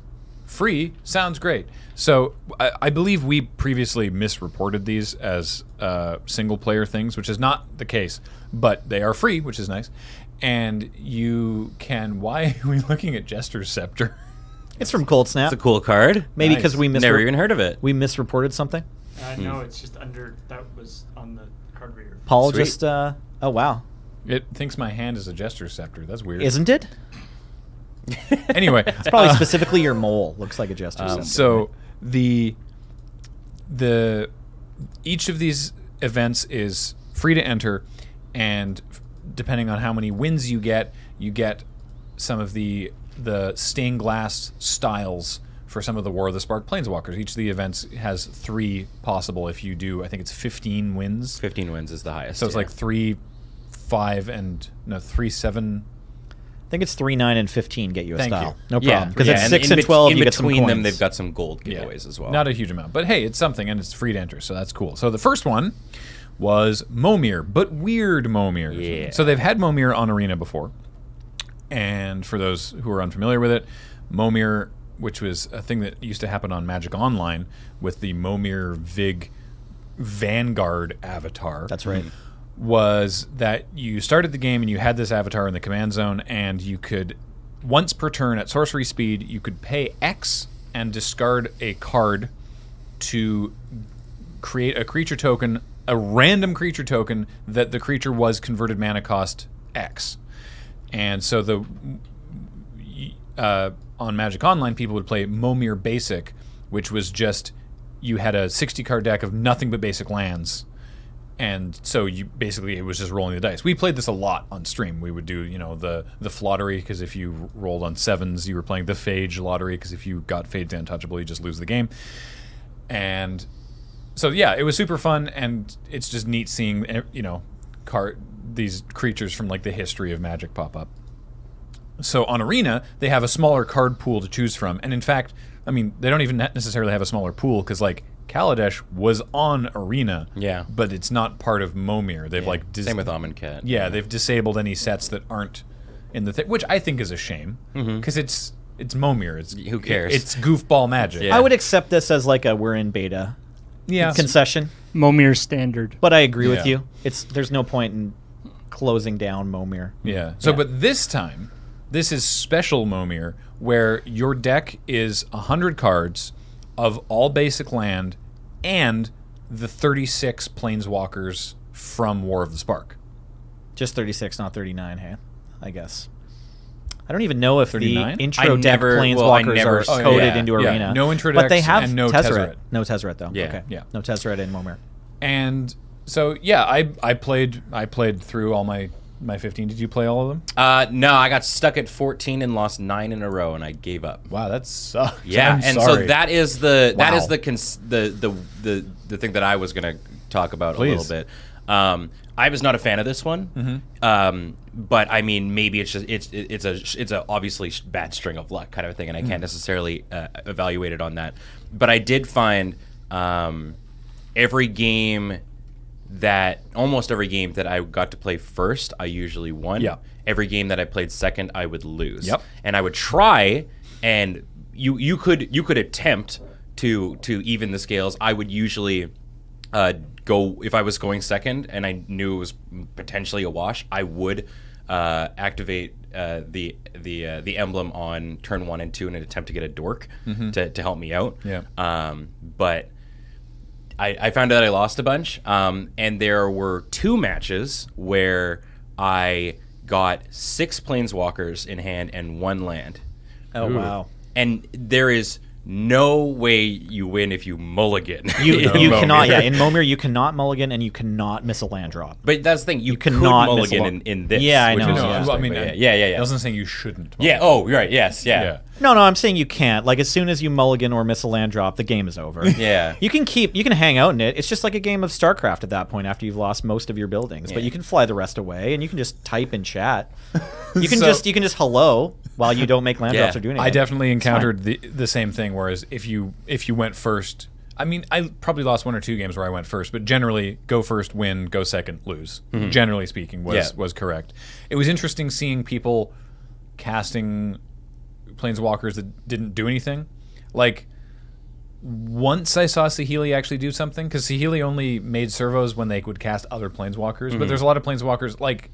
Speaker 1: Free sounds great. So I, I believe we previously misreported these as uh, single player things, which is not the case, but they are free, which is nice. And you can. Why are we looking at Jester's Scepter?
Speaker 3: It's from Cold Snap.
Speaker 2: It's a cool card.
Speaker 3: Maybe
Speaker 1: nice.
Speaker 3: because we misre-
Speaker 2: Never even heard of it.
Speaker 3: we misreported something.
Speaker 4: Uh, no, it's just under that was on the card reader.
Speaker 3: Paul
Speaker 2: Sweet.
Speaker 3: just uh oh wow.
Speaker 1: It thinks my hand is a Jester's Scepter. That's weird.
Speaker 3: Isn't it?
Speaker 1: Anyway, uh,
Speaker 3: Probably specifically your mole looks like a jester. symbol.
Speaker 1: Um, so the the each of these events is free to enter, and f- depending on how many wins you get, you get some of the the stained glass styles for some of the War of the Spark Planeswalkers. Each of the events has three possible. If you do, I think it's fifteen wins.
Speaker 2: 15 wins is the highest.
Speaker 1: So it's
Speaker 2: yeah.
Speaker 1: like three, five, and no three, seven.
Speaker 3: I think it's three, nine, and fifteen get you a
Speaker 1: Thank
Speaker 3: style.
Speaker 1: you.
Speaker 3: No problem. Because
Speaker 2: yeah,
Speaker 3: it's
Speaker 2: and
Speaker 3: six
Speaker 2: in
Speaker 3: and
Speaker 2: bet-
Speaker 3: twelve.
Speaker 2: In
Speaker 3: you get some
Speaker 2: between them,
Speaker 3: coins.
Speaker 2: they've got some gold giveaways as well.
Speaker 1: Not a huge amount, but hey, it's something, and it's free to enter, so that's cool. So the first one was Momir, but weird Momir.
Speaker 2: Yeah.
Speaker 1: So they've had Momir on Arena before, and for those who are unfamiliar with it, Momir, which was a thing that used to happen on Magic Online with the Momir Vig Vanguard avatar
Speaker 3: That's right.
Speaker 1: was that you started the game and you had this avatar in the command zone, and you could, once per turn at sorcery speed, you could pay X and discard a card to create a creature token, a random creature token that the creature was converted mana cost X. And so the uh, on Magic Online, people would play Momir Basic, which was just you had a 60 card deck of nothing but basic lands. And so you basically it was just rolling the dice. We played this a lot on stream. We would do you know the the flottery because if you rolled on sevens, you were playing the phage lottery because if you got phage to untouchable, you just lose the game. And so yeah, it was super fun, and it's just neat seeing eh, you know car- these creatures from like the history of Magic pop up. So on Arena, they have a smaller card pool to choose from, and in fact, I mean, they don't even necessarily have a smaller pool because like Kaladesh was on Arena,
Speaker 2: Yeah.
Speaker 1: but it's not part of Momir. They've like dis-
Speaker 2: Same with Amonkhet.
Speaker 1: yeah, they've disabled any sets that aren't in the thing, which I think is a shame because it's it's Momir. It's
Speaker 2: Mm-hmm. Who cares?
Speaker 1: It's goofball magic.
Speaker 2: Yeah.
Speaker 3: I would accept this as like a we're in beta
Speaker 1: yeah.
Speaker 3: concession,
Speaker 4: Momir standard.
Speaker 3: but I agree with
Speaker 1: Yeah.
Speaker 3: you. It's there's no point in closing down Momir.
Speaker 1: Yeah. So, but this time, this is special Momir, where your deck is 100 cards of all basic land and the 36 planeswalkers from War of the Spark.
Speaker 3: Just 36, not 39, hey? I guess. I don't even know if
Speaker 1: 39?
Speaker 3: the intro
Speaker 2: I
Speaker 3: deck
Speaker 2: never-
Speaker 3: planeswalkers
Speaker 2: well, I never-
Speaker 3: are
Speaker 2: oh,
Speaker 3: coded
Speaker 2: yeah,
Speaker 3: into
Speaker 1: yeah.
Speaker 3: Arena.
Speaker 1: No intro
Speaker 3: But they
Speaker 1: decks
Speaker 3: have
Speaker 1: and no
Speaker 3: Tezzeret.
Speaker 1: Tezzeret.
Speaker 3: No Tezzeret, though.
Speaker 2: Yeah,
Speaker 3: Okay.
Speaker 1: yeah.
Speaker 3: No Tezzeret in Momir.
Speaker 1: And so, yeah, I I played I played through all my my 15. Did you play all of them?
Speaker 2: Uh, no, I got stuck at 14 and lost nine in a row, and I gave up.
Speaker 1: Wow, that sucks.
Speaker 2: Yeah,
Speaker 1: I'm
Speaker 2: and
Speaker 1: sorry.
Speaker 2: so that is the that
Speaker 1: Wow.
Speaker 2: is the, cons- the the the the thing that I was going to talk about a
Speaker 1: Please. Mm-hmm.
Speaker 2: little bit. Um, I was not a fan of this one, um, but I mean, maybe it's just it's it- it's a sh- it's a obviously sh- bad string of luck kind of a thing, and I
Speaker 1: Mm-hmm.
Speaker 2: can't necessarily uh, evaluate it on that. But I did find um, every game that almost every game that I got to play first, I usually won.
Speaker 1: Yeah.
Speaker 2: Every game that I played second, I would lose
Speaker 1: Yep.
Speaker 2: and I would try and you you could you could attempt to to even the scales. I would usually uh, go if I was going second and I knew it was potentially a wash. I would uh, activate uh, the the uh, the emblem on turn one and two in an attempt to get a dork to, to help me out.
Speaker 1: Yeah.
Speaker 2: Um, but I, I found out I lost a bunch, um, and there were two matches where I got six planeswalkers in hand and one land,
Speaker 3: Oh, wow.
Speaker 2: and there is no way you win if you mulligan.
Speaker 3: You,
Speaker 2: in
Speaker 3: you
Speaker 2: Momir.
Speaker 3: cannot, yeah. In Momir, you cannot mulligan and you cannot miss a land drop.
Speaker 2: But that's the thing you, could
Speaker 3: cannot miss a
Speaker 2: mulligan
Speaker 3: wa-
Speaker 2: in, in this.
Speaker 3: Yeah, I
Speaker 2: which
Speaker 3: know.
Speaker 2: is
Speaker 1: No,
Speaker 3: Yeah.
Speaker 2: interesting,
Speaker 1: I mean,
Speaker 2: but
Speaker 1: I-
Speaker 2: yeah, yeah,
Speaker 1: It
Speaker 2: yeah, yeah.
Speaker 1: doesn't say you shouldn't.
Speaker 2: Yeah, Oh, you're right. Yes. Yeah.
Speaker 3: No, no, I'm saying you can't. Like as soon as you mulligan or miss a land drop, the game is over.
Speaker 2: Yeah.
Speaker 3: You can keep you can hang out in it. It's just like a game of StarCraft at that point after you've lost most of your buildings, but
Speaker 2: Yeah.
Speaker 3: you can fly the rest away and you can just type and chat. You can
Speaker 1: So-
Speaker 3: just you can just hello while you don't make land
Speaker 2: Yeah.
Speaker 3: drops or do anything.
Speaker 1: I definitely encountered the the same thing. Whereas if you if you went first, I mean, I probably lost one or two games where I went first, but generally, go first, win, go second, lose. Generally speaking, was
Speaker 2: Yeah.
Speaker 1: was correct. It was interesting seeing people casting planeswalkers that didn't do anything. Like once I saw Sahili actually do something, because Sahili only made servos when they would cast other planeswalkers, but there's a lot of planeswalkers like.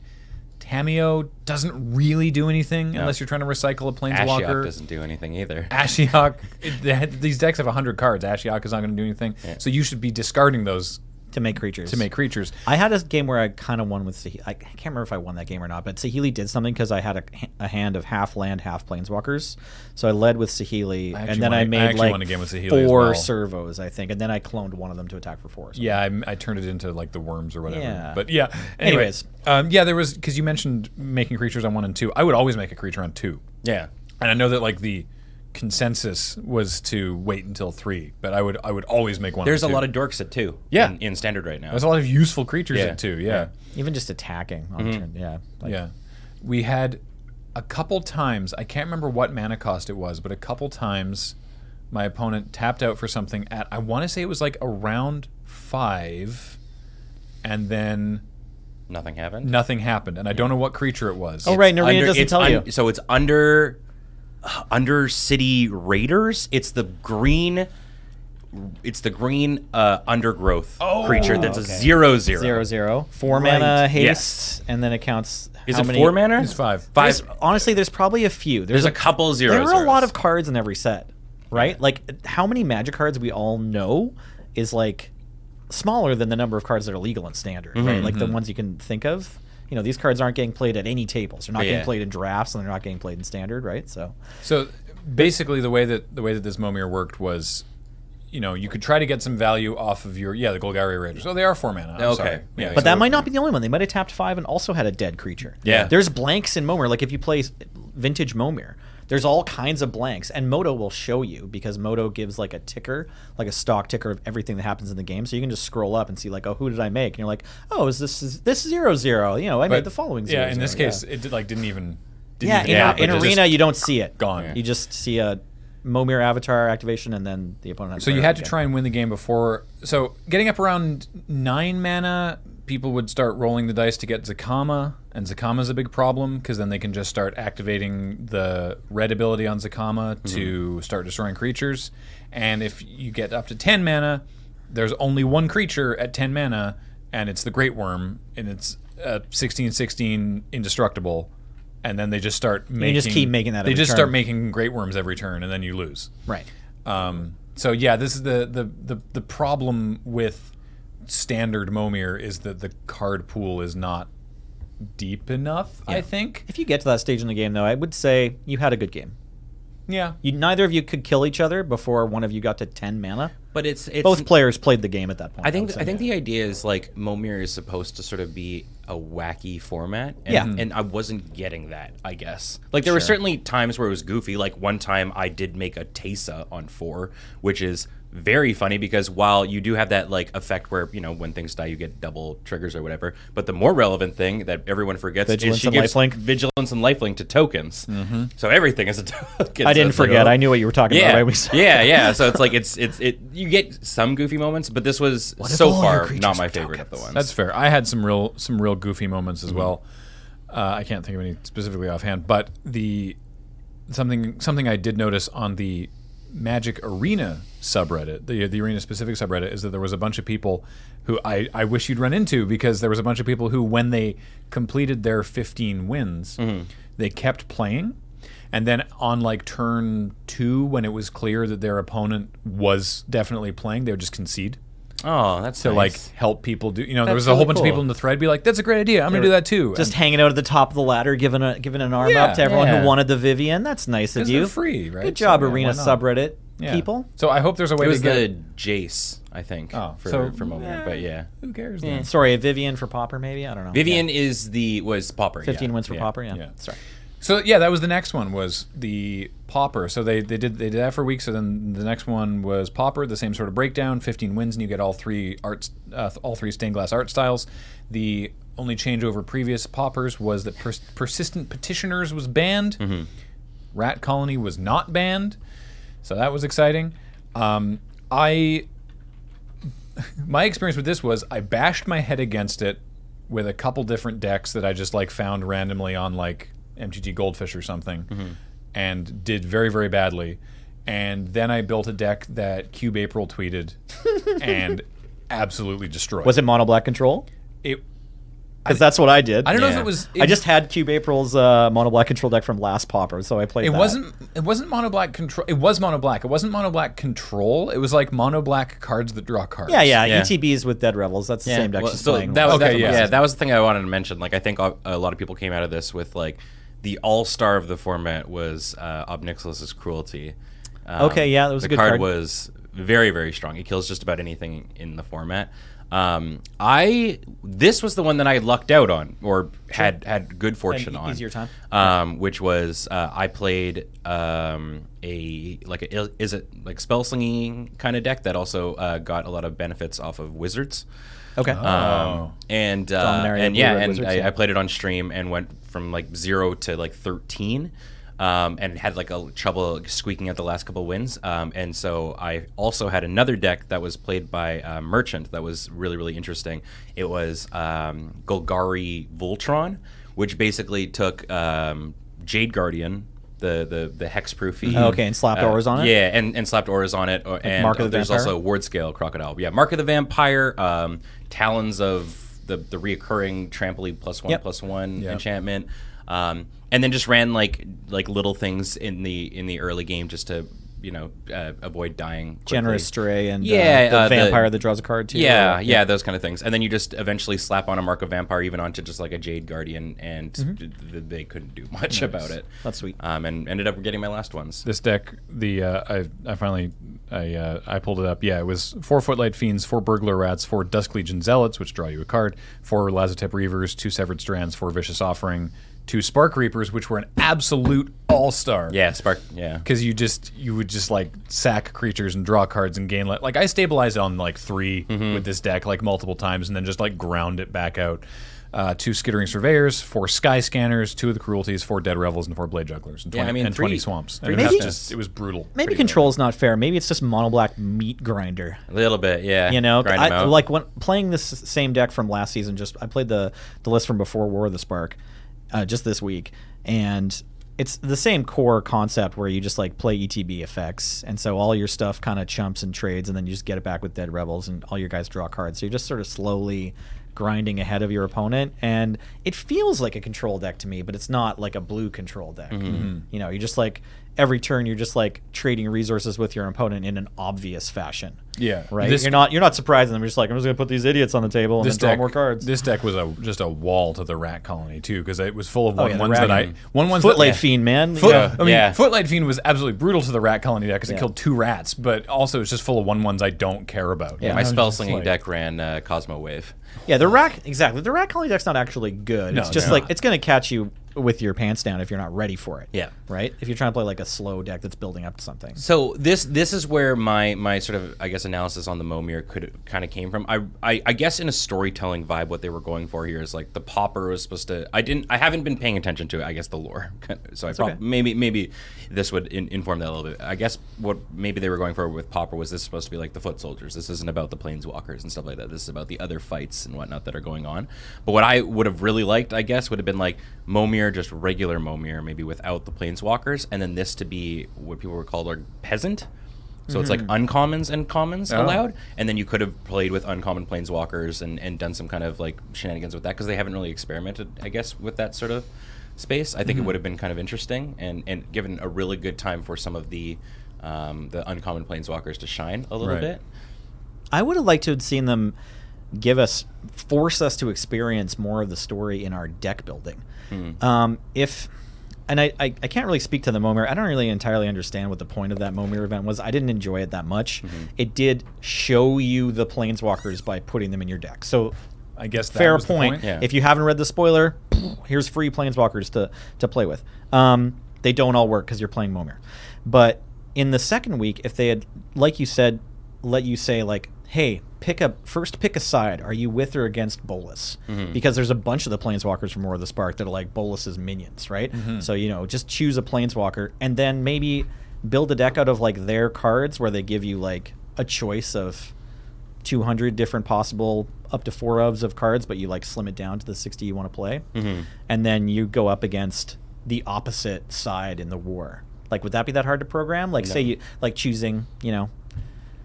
Speaker 1: Tameo doesn't really do anything unless you're trying to recycle a
Speaker 2: Ashiok
Speaker 1: planeswalker.
Speaker 2: doesn't do anything either.
Speaker 1: Ashiok, it- they had- these decks have 100 cards. Ashiok is not going to do anything. So you should be discarding those
Speaker 3: to make creatures.
Speaker 1: to make creatures.
Speaker 3: I had a game where I kind of won with Sahili. I can't remember if I won that game or not, but Sahili did something because I had a, a hand of half land, half planeswalkers. So I led with Sahili,
Speaker 1: I actually
Speaker 3: and then
Speaker 1: won a-
Speaker 3: I
Speaker 1: I
Speaker 3: made
Speaker 1: actually
Speaker 3: like
Speaker 1: won a game with Sahili as
Speaker 3: four
Speaker 1: well.
Speaker 3: servos, I think, and then I cloned one of them to attack for four. or something.
Speaker 1: Yeah, I, I turned it into like the worms or whatever.
Speaker 3: Yeah.
Speaker 1: But yeah. Anyway,
Speaker 3: Anyways.
Speaker 1: um, yeah, there was because you mentioned making creatures on one and two. I would always make a creature on two,
Speaker 2: Yeah.
Speaker 1: and I know that like the consensus was to wait until three, but I would I would always make one.
Speaker 2: There's a
Speaker 1: on two.
Speaker 2: lot of dorks at two.
Speaker 1: Yeah.
Speaker 2: In, in standard right now.
Speaker 1: there's a lot of useful creatures
Speaker 2: Yeah.
Speaker 1: at two. Yeah,
Speaker 3: even just attacking on
Speaker 2: Mm-hmm.
Speaker 3: turn. Yeah, like,
Speaker 1: yeah. We had a couple times. I can't remember what mana cost it was, but a couple times my opponent tapped out for something at I want to say it was like around five, and then.
Speaker 2: Nothing happened.
Speaker 1: Nothing happened, and I don't know what creature it was.
Speaker 3: Oh right, Narita
Speaker 2: Under-
Speaker 3: doesn't
Speaker 2: it's
Speaker 3: tell
Speaker 2: un-
Speaker 3: you.
Speaker 2: So it's under under city raiders. It's the green. It's the green uh, undergrowth creature that's a zero zero.
Speaker 3: Oh, Zero zero. Four
Speaker 1: Right.
Speaker 3: mana haste,
Speaker 2: Yes.
Speaker 3: and then it counts.
Speaker 2: Is
Speaker 3: how
Speaker 2: it
Speaker 3: many-
Speaker 2: four mana?
Speaker 1: It's five.
Speaker 2: Five.
Speaker 3: There's- honestly, there's probably a few.
Speaker 2: There's a couple zero.
Speaker 3: There are a lot of cards in every set, right? Like how many magic cards we all know is like smaller than the number of cards that are legal in standard,
Speaker 2: Mm-hmm,
Speaker 3: right? Like the ones you can think of. You know, these cards aren't getting played at any tables. They're not
Speaker 2: Yeah.
Speaker 3: getting played in drafts, and they're not getting played in standard, right? So
Speaker 1: So basically, the way that the way that this Momir worked was, you know, you could try to get some value off of your yeah the Golgari Raiders. Oh, they are four mana. I'm
Speaker 2: Okay.
Speaker 1: sorry.
Speaker 2: Yeah,
Speaker 1: Yeah,
Speaker 3: But
Speaker 2: So-
Speaker 3: that might not be the only one. They might have tapped five and also had a dead creature.
Speaker 2: Yeah.
Speaker 3: There's blanks in Momir. Like if you play vintage Momir, there's all kinds of blanks. And Moto will show you because Moto gives like a ticker, like a stock ticker of everything that happens in the game. So you can just scroll up and see like, oh, who did I make? And you're like, oh, is this is this zero zero? You know, I made the following zero.
Speaker 1: Yeah, in this
Speaker 3: zero.
Speaker 1: case, it did, like didn't even. Didn't
Speaker 3: yeah,
Speaker 1: even
Speaker 3: in,
Speaker 1: happen.
Speaker 3: in
Speaker 1: It just-
Speaker 3: arena you don't see it.
Speaker 1: Gone. Yeah.
Speaker 3: You just see a Momir avatar activation and then the opponent. has
Speaker 1: So you
Speaker 3: priority
Speaker 1: had to
Speaker 3: again.
Speaker 1: try and win the game before. So getting up around nine mana, people would start rolling the dice to get Zakama, and Zakama's a big problem because then they can just start activating the red ability on Zakama
Speaker 3: Mm-hmm.
Speaker 1: to start destroying creatures. And if you get up to ten mana, there's only one creature at ten mana, and it's the Great Worm, and it's a sixteen sixteen indestructible. And then they just start making.
Speaker 3: just keep making that
Speaker 1: They
Speaker 3: every
Speaker 1: just
Speaker 3: turn.
Speaker 1: start making great worms every turn, and then you lose.
Speaker 3: Right.
Speaker 1: Um, so yeah, this is the, the the the problem with standard Momir is that the card pool is not deep enough. I think.
Speaker 3: If you get to that stage in the game though, I would say you had a good game.
Speaker 1: Yeah.
Speaker 3: You neither of you could kill each other before one of you got to ten mana.
Speaker 2: But it's it's
Speaker 3: Both players played the game at that point.
Speaker 2: I think
Speaker 3: would
Speaker 2: I
Speaker 3: say.
Speaker 2: think the idea is like Momir is supposed to sort of be a wacky format. And,
Speaker 3: Yeah.
Speaker 2: And I wasn't getting that, I guess. Like there were certainly times where it was goofy. Like one time I did make a Tesa on four, which is very funny because while you do have that like effect where, you know, when things die you get double triggers or whatever. But the more relevant thing that everyone forgets
Speaker 3: Vigilance
Speaker 2: is she
Speaker 3: and
Speaker 2: gives
Speaker 3: lifelink.
Speaker 2: vigilance and lifelink to tokens. Mm-hmm. So everything is a token.
Speaker 3: I
Speaker 2: So
Speaker 3: didn't
Speaker 2: it's like,
Speaker 3: forget.
Speaker 2: oh.
Speaker 3: I knew what you were talking
Speaker 2: Yeah,
Speaker 3: about. Right? We saw-
Speaker 2: yeah, yeah. So it's like it's it's it. You get some goofy moments, but this was
Speaker 3: if
Speaker 2: so
Speaker 3: all your
Speaker 2: far
Speaker 3: creatures
Speaker 2: not my
Speaker 3: were
Speaker 2: favorite of the
Speaker 3: tokens?
Speaker 2: ones.
Speaker 1: That's fair. I had some real some real goofy moments as well. Uh, I can't think of any specifically offhand, but the something something I did notice on the Magic Arena subreddit, the the arena specific subreddit, is that there was a bunch of people who I, I wish you'd run into because there was a bunch of people who when they completed their 15 wins, they kept playing. And then on like turn two, when it was clear that their opponent was definitely playing, they would just concede
Speaker 2: oh, that's
Speaker 1: to
Speaker 2: nice.
Speaker 1: like help people do. You know, there was
Speaker 3: That's
Speaker 1: a whole
Speaker 3: really
Speaker 1: bunch
Speaker 3: cool.
Speaker 1: of people in the thread be like, "That's a great idea. I'm gonna do that too."
Speaker 3: Just
Speaker 1: And-
Speaker 3: hanging out at the top of the ladder, giving a giving an arm
Speaker 1: Yeah,
Speaker 3: up to everyone
Speaker 2: yeah.
Speaker 3: who wanted the Vivian. That's nice of
Speaker 1: 'cause they're
Speaker 3: you.
Speaker 1: free, right?
Speaker 3: Good job,
Speaker 1: So, yeah,
Speaker 3: Arena
Speaker 1: why not?
Speaker 3: subreddit
Speaker 1: Yeah.
Speaker 3: people.
Speaker 1: So I hope there's a way
Speaker 2: it was
Speaker 1: to get.
Speaker 2: the Jace, I think.
Speaker 1: Oh,
Speaker 2: for
Speaker 1: so-
Speaker 2: for Momir,
Speaker 1: yeah.
Speaker 2: but yeah.
Speaker 1: who cares? then?
Speaker 3: Sorry, a Vivian for Popper, maybe I don't know.
Speaker 2: Vivian
Speaker 3: Yeah.
Speaker 2: is the was Popper.
Speaker 3: fifteen
Speaker 2: yeah,
Speaker 3: wins for
Speaker 2: yeah.
Speaker 3: Popper. Yeah.
Speaker 1: yeah.
Speaker 3: sorry.
Speaker 1: So yeah, that was the next one was the Popper. So they, they did they did that for a week. So then the next one was Popper, the same sort of breakdown. Fifteen wins, and you get all three arts, uh, all three stained glass art styles. The only change over previous Poppers was that pers- persistent petitioners was banned. Rat Colony was not banned, so that was exciting. Um, I my experience with this was I bashed my head against it with a couple different decks that I just like found randomly on like MTG Goldfish or something,
Speaker 3: Mm-hmm.
Speaker 1: and did very very badly. And then I built a deck that Cube April tweeted and absolutely destroyed.
Speaker 3: Was it mono black control?
Speaker 1: It
Speaker 3: because that's what I did.
Speaker 1: I don't know if
Speaker 2: Yeah.
Speaker 1: it was.
Speaker 3: I just had Cube April's uh, mono black control deck from last popper, so I played.
Speaker 1: It
Speaker 3: that.
Speaker 1: wasn't. It wasn't mono black control. It was mono black. It wasn't mono black control. It was like mono black cards that draw cards.
Speaker 3: Yeah, E yeah,
Speaker 2: Yeah.
Speaker 3: ETBs with Dead Rebels. That's the same deck
Speaker 2: Well,
Speaker 3: she's
Speaker 2: so
Speaker 3: playing.
Speaker 2: That was,
Speaker 1: Okay,
Speaker 2: that,
Speaker 1: yeah.
Speaker 2: yeah. that was the thing I wanted to mention. Like, I think a a lot of people came out of this with like the all star of the format was uh, Obnixilus's Cruelty. Um,
Speaker 3: Okay, yeah, that was a
Speaker 2: the
Speaker 3: good
Speaker 2: card.
Speaker 3: card.
Speaker 2: Was very very strong. It kills just about anything in the format. Um, I this was the one that I lucked out on or had had good fortune
Speaker 3: e-
Speaker 2: on
Speaker 3: easier time.
Speaker 2: um, which was uh, I played um, a like a, is it like spell slinging kind of deck that also uh, got a lot of benefits off of wizards.
Speaker 3: okay. Oh.
Speaker 2: Um, and uh,
Speaker 3: Dominaria
Speaker 2: and
Speaker 3: Blue
Speaker 2: yeah,
Speaker 3: Red
Speaker 2: and
Speaker 3: Wizards,
Speaker 2: I,
Speaker 3: yeah.
Speaker 2: I played it on stream and went from like zero to like thirteen, um, and had like a trouble squeaking out the last couple wins. Um, and so I also had another deck that was played by uh, Merchant that was really really interesting. It was um, Golgari Voltron, which basically took um, Jade Guardian. The, the the hexproofy
Speaker 3: Oh,
Speaker 2: uh,
Speaker 3: Okay, and slapped auras on it?
Speaker 2: yeah and, and slapped auras on it or, and
Speaker 3: Mark of the
Speaker 2: there's
Speaker 3: Vampire?
Speaker 2: also ward scale crocodile. Yeah, Mark of the Vampire, um, Talons of the the reoccurring trampoline plus one
Speaker 3: Yep.
Speaker 2: plus one
Speaker 1: Yeah.
Speaker 2: enchantment, um, and then just ran like like little things in the in the early game just to you know uh, avoid dying. Quickly.
Speaker 3: Generous Stray and
Speaker 2: Yeah,
Speaker 3: uh, the
Speaker 2: uh, the-
Speaker 3: vampire that draws a card too.
Speaker 2: Yeah, yeah, those kind of things, and then you just eventually slap on a mark of vampire, even onto just like a jade guardian, and th- th- they couldn't do much about it.
Speaker 3: Mm-hmm. That's sweet.
Speaker 2: Um, and ended up getting my last ones.
Speaker 1: this deck the uh, I I finally I uh, I pulled it up. Yeah, it was four footlight fiends, four burglar rats, four dusk legion zealots, which draw you a card, four Lazatep reavers, two severed strands, four vicious offering, two spark reapers, which were an absolute all star.
Speaker 2: Yeah, spark. Yeah,
Speaker 1: Because you just you would just like sack creatures and draw cards and gain like like I stabilized on like 3
Speaker 3: Mm-hmm.
Speaker 1: with this deck like multiple times and then just like ground it back out. Uh, two skittering surveyors, four sky scanners, two of the cruelties, four dead revels, and four blade jugglers, and
Speaker 2: Yeah, I
Speaker 1: twenty,
Speaker 2: mean,
Speaker 1: and 20
Speaker 2: three-
Speaker 1: swamps. I
Speaker 2: three
Speaker 1: mean, that's
Speaker 3: Maybe-
Speaker 1: just- it was brutal.
Speaker 3: Maybe control's not fair. Maybe it's just mono black meat grinder.
Speaker 2: a little bit. Yeah,
Speaker 3: You know,
Speaker 2: Grind 'em
Speaker 3: I,
Speaker 2: out.
Speaker 3: like when playing this same deck from last season. Just I played the the list from before War of the Spark, uh, just this week, and it's the same core concept where you just like play ETB effects, and so all your stuff kind of chumps and trades, and then you just get it back with Dead Rebels, and all your guys draw cards. So you're just sort of slowly grinding ahead of your opponent, and it feels like a control deck to me, but it's not like a blue control deck.
Speaker 2: Mm-hmm.
Speaker 3: You know, you're just like every turn you're just like trading resources with your opponent in an obvious fashion
Speaker 1: Yeah,
Speaker 3: right?
Speaker 1: This,
Speaker 3: you're not you're not surprising them. You're just like I'm just gonna put these idiots on the table and
Speaker 1: this
Speaker 3: then draw
Speaker 1: deck,
Speaker 3: more cards.
Speaker 1: This deck was a just a wall to the rat colony too, because it was full of one
Speaker 3: Oh, yeah, the
Speaker 1: ones
Speaker 3: rat
Speaker 1: that I
Speaker 3: colony.
Speaker 1: one ones
Speaker 3: Footlight
Speaker 1: that,
Speaker 3: fiend, man.
Speaker 1: Foot, Oh.
Speaker 3: yeah.
Speaker 1: I mean,
Speaker 2: Yeah.
Speaker 1: Footlight Fiend was absolutely brutal to the rat colony deck because it
Speaker 3: Yeah.
Speaker 1: killed two rats, but also it's just full of one ones I don't care about.
Speaker 3: Yeah.
Speaker 2: My
Speaker 1: I'm
Speaker 2: spell
Speaker 1: just
Speaker 2: slinging
Speaker 1: like-
Speaker 2: deck ran uh, Cosmo Wave.
Speaker 3: yeah, the rack exactly. The rack colony deck's not actually good.
Speaker 1: No,
Speaker 3: it's just
Speaker 1: it's
Speaker 3: like
Speaker 1: not.
Speaker 3: it's gonna catch you with your pants down if you're not ready for it.
Speaker 2: Yeah.
Speaker 3: Right? If you're trying to play like a slow deck that's building up to something.
Speaker 2: So this this is where my my sort of I guess analysis on the Momir could kind of came from. I, I I guess in a storytelling vibe, what they were going for here is like the popper was supposed to. I didn't. I haven't been paying attention to. I guess the lore. So I prob-
Speaker 3: okay.
Speaker 2: maybe maybe this would in, inform that a little bit. I guess what maybe they were going for with popper was this supposed to be like the foot soldiers. This isn't about the planeswalkers and stuff like that. This is about the other fights and whatnot that are going on. But what I would have really liked, I guess, would have been like Momir, just regular Momir, maybe without the planeswalkers, and then this to be what people were called are peasant. So it's like uncommons and commons allowed, and then you could have played with uncommon planeswalkers and, and done some kind of like shenanigans with that because they haven't really experimented, I guess, with that sort of space. I think
Speaker 3: Mm-hmm.
Speaker 2: it would have been kind of interesting and, and given a really good time for some of the um, the uncommon planeswalkers to shine a little
Speaker 1: Right.
Speaker 2: bit.
Speaker 3: I would have liked to have seen them give us force us to experience more of the story in our deck building.
Speaker 2: Hmm.
Speaker 3: Um, if and I, I, I can't really speak to the Momir. I don't really entirely understand what the point of that Momir event was. I didn't enjoy it that much. It did show you the planeswalkers by putting them in your deck. So
Speaker 1: I guess that
Speaker 3: fair
Speaker 1: was the
Speaker 3: point.
Speaker 2: Yeah.
Speaker 3: If you haven't read the spoiler, here's free planeswalkers to to play with. Um, they don't all work because you're playing Momir. But in the second week, if they had, like you said, let you say like, hey, pick a first pick a side. Are you with or against Bolus? Because there's a bunch of the planeswalkers from War of the Spark that are like Bolus's minions, right? So you know, just choose a planeswalker and then maybe build a deck out of like their cards where they give you like a choice of 200 different possible up to four ofs of cards, but you like slim it down to the 60 you want to play.
Speaker 2: Mm-hmm.
Speaker 3: And then you go up against the opposite side in the war. Like, would that be that hard to program? Like, say you like choosing, you know,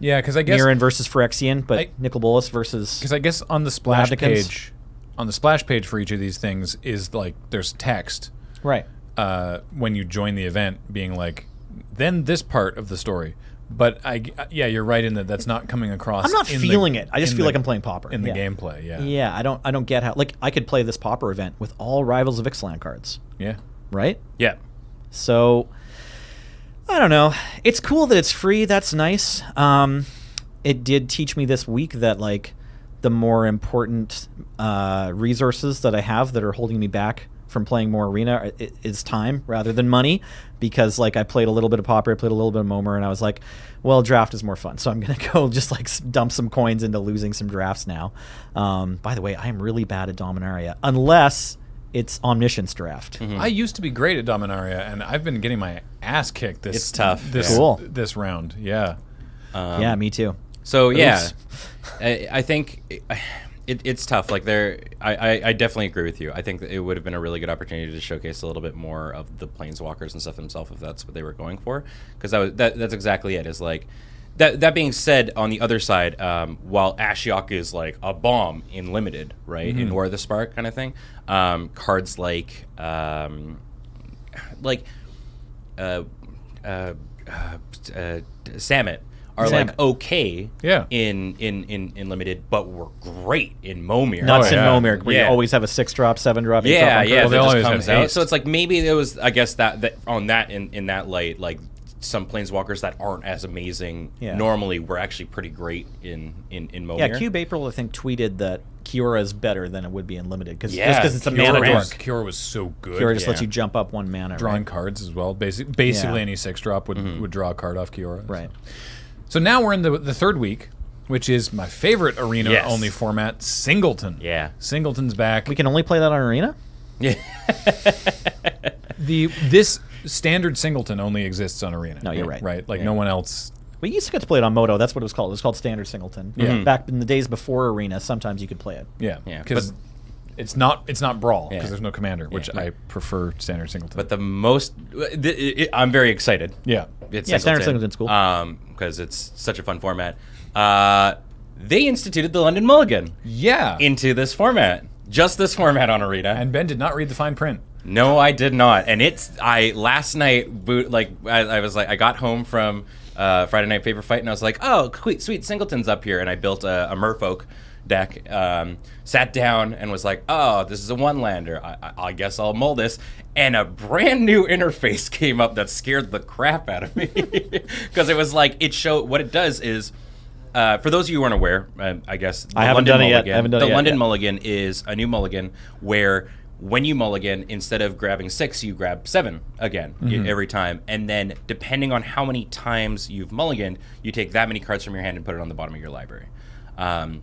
Speaker 1: Yeah, because I guess
Speaker 3: Mirren versus Phyrexian, but
Speaker 1: I-
Speaker 3: Nicol Bolas versus.
Speaker 1: Because I guess on the splash
Speaker 3: Ravnikins.
Speaker 1: page, on the splash page for each of these things is like there's text
Speaker 3: Right.
Speaker 1: uh, when you join the event being like then this part of the story but i yeah you're right in that that's not coming across
Speaker 3: I'm not
Speaker 1: in the-
Speaker 3: feeling it. I just
Speaker 1: in
Speaker 3: feel
Speaker 1: the-
Speaker 3: like I'm playing Popper
Speaker 1: in the
Speaker 3: Yeah.
Speaker 1: gameplay yeah
Speaker 3: Yeah, I don't I don't get how like I could play this Popper event with all Rivals of Ixalan cards,
Speaker 1: yeah
Speaker 3: right?
Speaker 2: Yeah.
Speaker 3: So I don't know. It's cool that it's free. That's nice. Um, it did teach me this week that like the more important uh, resources that I have that are holding me back from playing more arena uh, i- i- is time rather than money because like I played a little bit of Popper, I played a little bit of Momer, and I was like, well, draft is more fun, so I'm gonna go just like s- dump some coins into losing some drafts now. Um, by the way, I am really bad at Dominaria unless it's Omniscience draft.
Speaker 1: I used to be great at Dominaria, and I've been getting my ass kicked this.
Speaker 2: It's tough,
Speaker 1: This,
Speaker 3: yeah. Cool.
Speaker 1: This round, yeah.
Speaker 2: Um,
Speaker 3: yeah, me too.
Speaker 2: So yeah,
Speaker 3: Oops.
Speaker 2: I, I think it, it's tough. Like there, I, I, I definitely agree with you. I think that it would have been a really good opportunity to showcase a little bit more of the planeswalkers and stuff themselves if that's what they were going for. Because that, was- that that's exactly it. Is like. That, that being said, on the other side, um, while Ashiok is like a bomb in limited, right, in War of the Spark kind of thing, um, cards like um, like uh, uh, uh, uh, Samet are
Speaker 3: Samet.
Speaker 2: like okay
Speaker 1: Yeah.
Speaker 2: in, in in in limited, but were great in Momir.
Speaker 3: Nuts
Speaker 1: Oh, yeah.
Speaker 3: and Momeric, where you
Speaker 2: Yeah.
Speaker 3: always have a six drop, seven drop, eight drop.
Speaker 2: yeah,
Speaker 3: on
Speaker 2: yeah,
Speaker 1: Well,
Speaker 3: curve.
Speaker 1: they
Speaker 2: that just
Speaker 1: always
Speaker 2: comes
Speaker 1: had
Speaker 2: out.
Speaker 1: haste.
Speaker 2: So it's like maybe there was, I guess that that on that in in that light, like some planeswalkers that aren't as amazing
Speaker 3: Yeah.
Speaker 2: normally were actually pretty great in in in Momir.
Speaker 3: Yeah, Cube April, I think, tweeted that Kiora is better than it would be in limited because
Speaker 2: Yeah,
Speaker 3: because it's a
Speaker 2: Kiora
Speaker 3: mana
Speaker 1: Cure was,
Speaker 3: dork.
Speaker 1: Cure was so good.
Speaker 3: Kiora just
Speaker 2: yeah.
Speaker 3: lets you jump up one mana.
Speaker 1: Drawing cards as well. Basic, basically,
Speaker 3: Yeah.
Speaker 1: any six drop would, would draw a card off Kiora.
Speaker 3: Right. right.
Speaker 1: So now we're in the, the third week, which is my favorite arena
Speaker 2: Yes.
Speaker 1: only format, Singleton.
Speaker 2: Yeah.
Speaker 1: Singleton's back.
Speaker 3: We can only play that on Arena.
Speaker 1: the this standard Singleton only exists on arena.
Speaker 3: No, you're right.
Speaker 1: Right, like no one else.
Speaker 3: We used to get to play it on Moto. That's what it was called. It was called Standard Singleton.
Speaker 2: Mm-hmm.
Speaker 1: Yeah.
Speaker 3: Back in the days before Arena, sometimes you could play it.
Speaker 1: Yeah.
Speaker 2: Yeah, but-
Speaker 1: Because it's not it's not brawl because
Speaker 2: Yeah.
Speaker 1: there's no commander, which I prefer standard Singleton.
Speaker 2: But the most, th- it, it, I'm very excited.
Speaker 1: yeah.
Speaker 2: It's
Speaker 3: Yeah, Standard Singleton's cool.
Speaker 2: because it's such a fun format. Uh, they instituted the London Mulligan
Speaker 1: yeah.
Speaker 2: into this format, just this format on Arena.
Speaker 1: And Ben did not read the fine print.
Speaker 2: No, I did not. And it's I last night boot like I, I was like I got home from uh, Friday night paper fight and I was like, oh, sweet, sweet Singleton's up here, and I built a, a Merfolk deck. Um, sat down and was like, oh, this is a one lander. I, I, I guess I'll mull this. And a brand new interface came up that scared the crap out of me because it was like it showed what it does is. Uh, for those of you who aren't aware, I, I guess the
Speaker 3: I haven't
Speaker 2: London
Speaker 3: done it yet. I
Speaker 2: Mulligan-
Speaker 3: haven't done
Speaker 2: the
Speaker 3: it yet.
Speaker 2: London
Speaker 3: Yeah.
Speaker 2: mulligan is a new mulligan where when you mulligan, instead of grabbing six, you grab seven again
Speaker 1: Mm-hmm.
Speaker 2: y- every time. And then depending on how many times you've mulliganed, you take that many cards from your hand and put it on the bottom of your library. Um,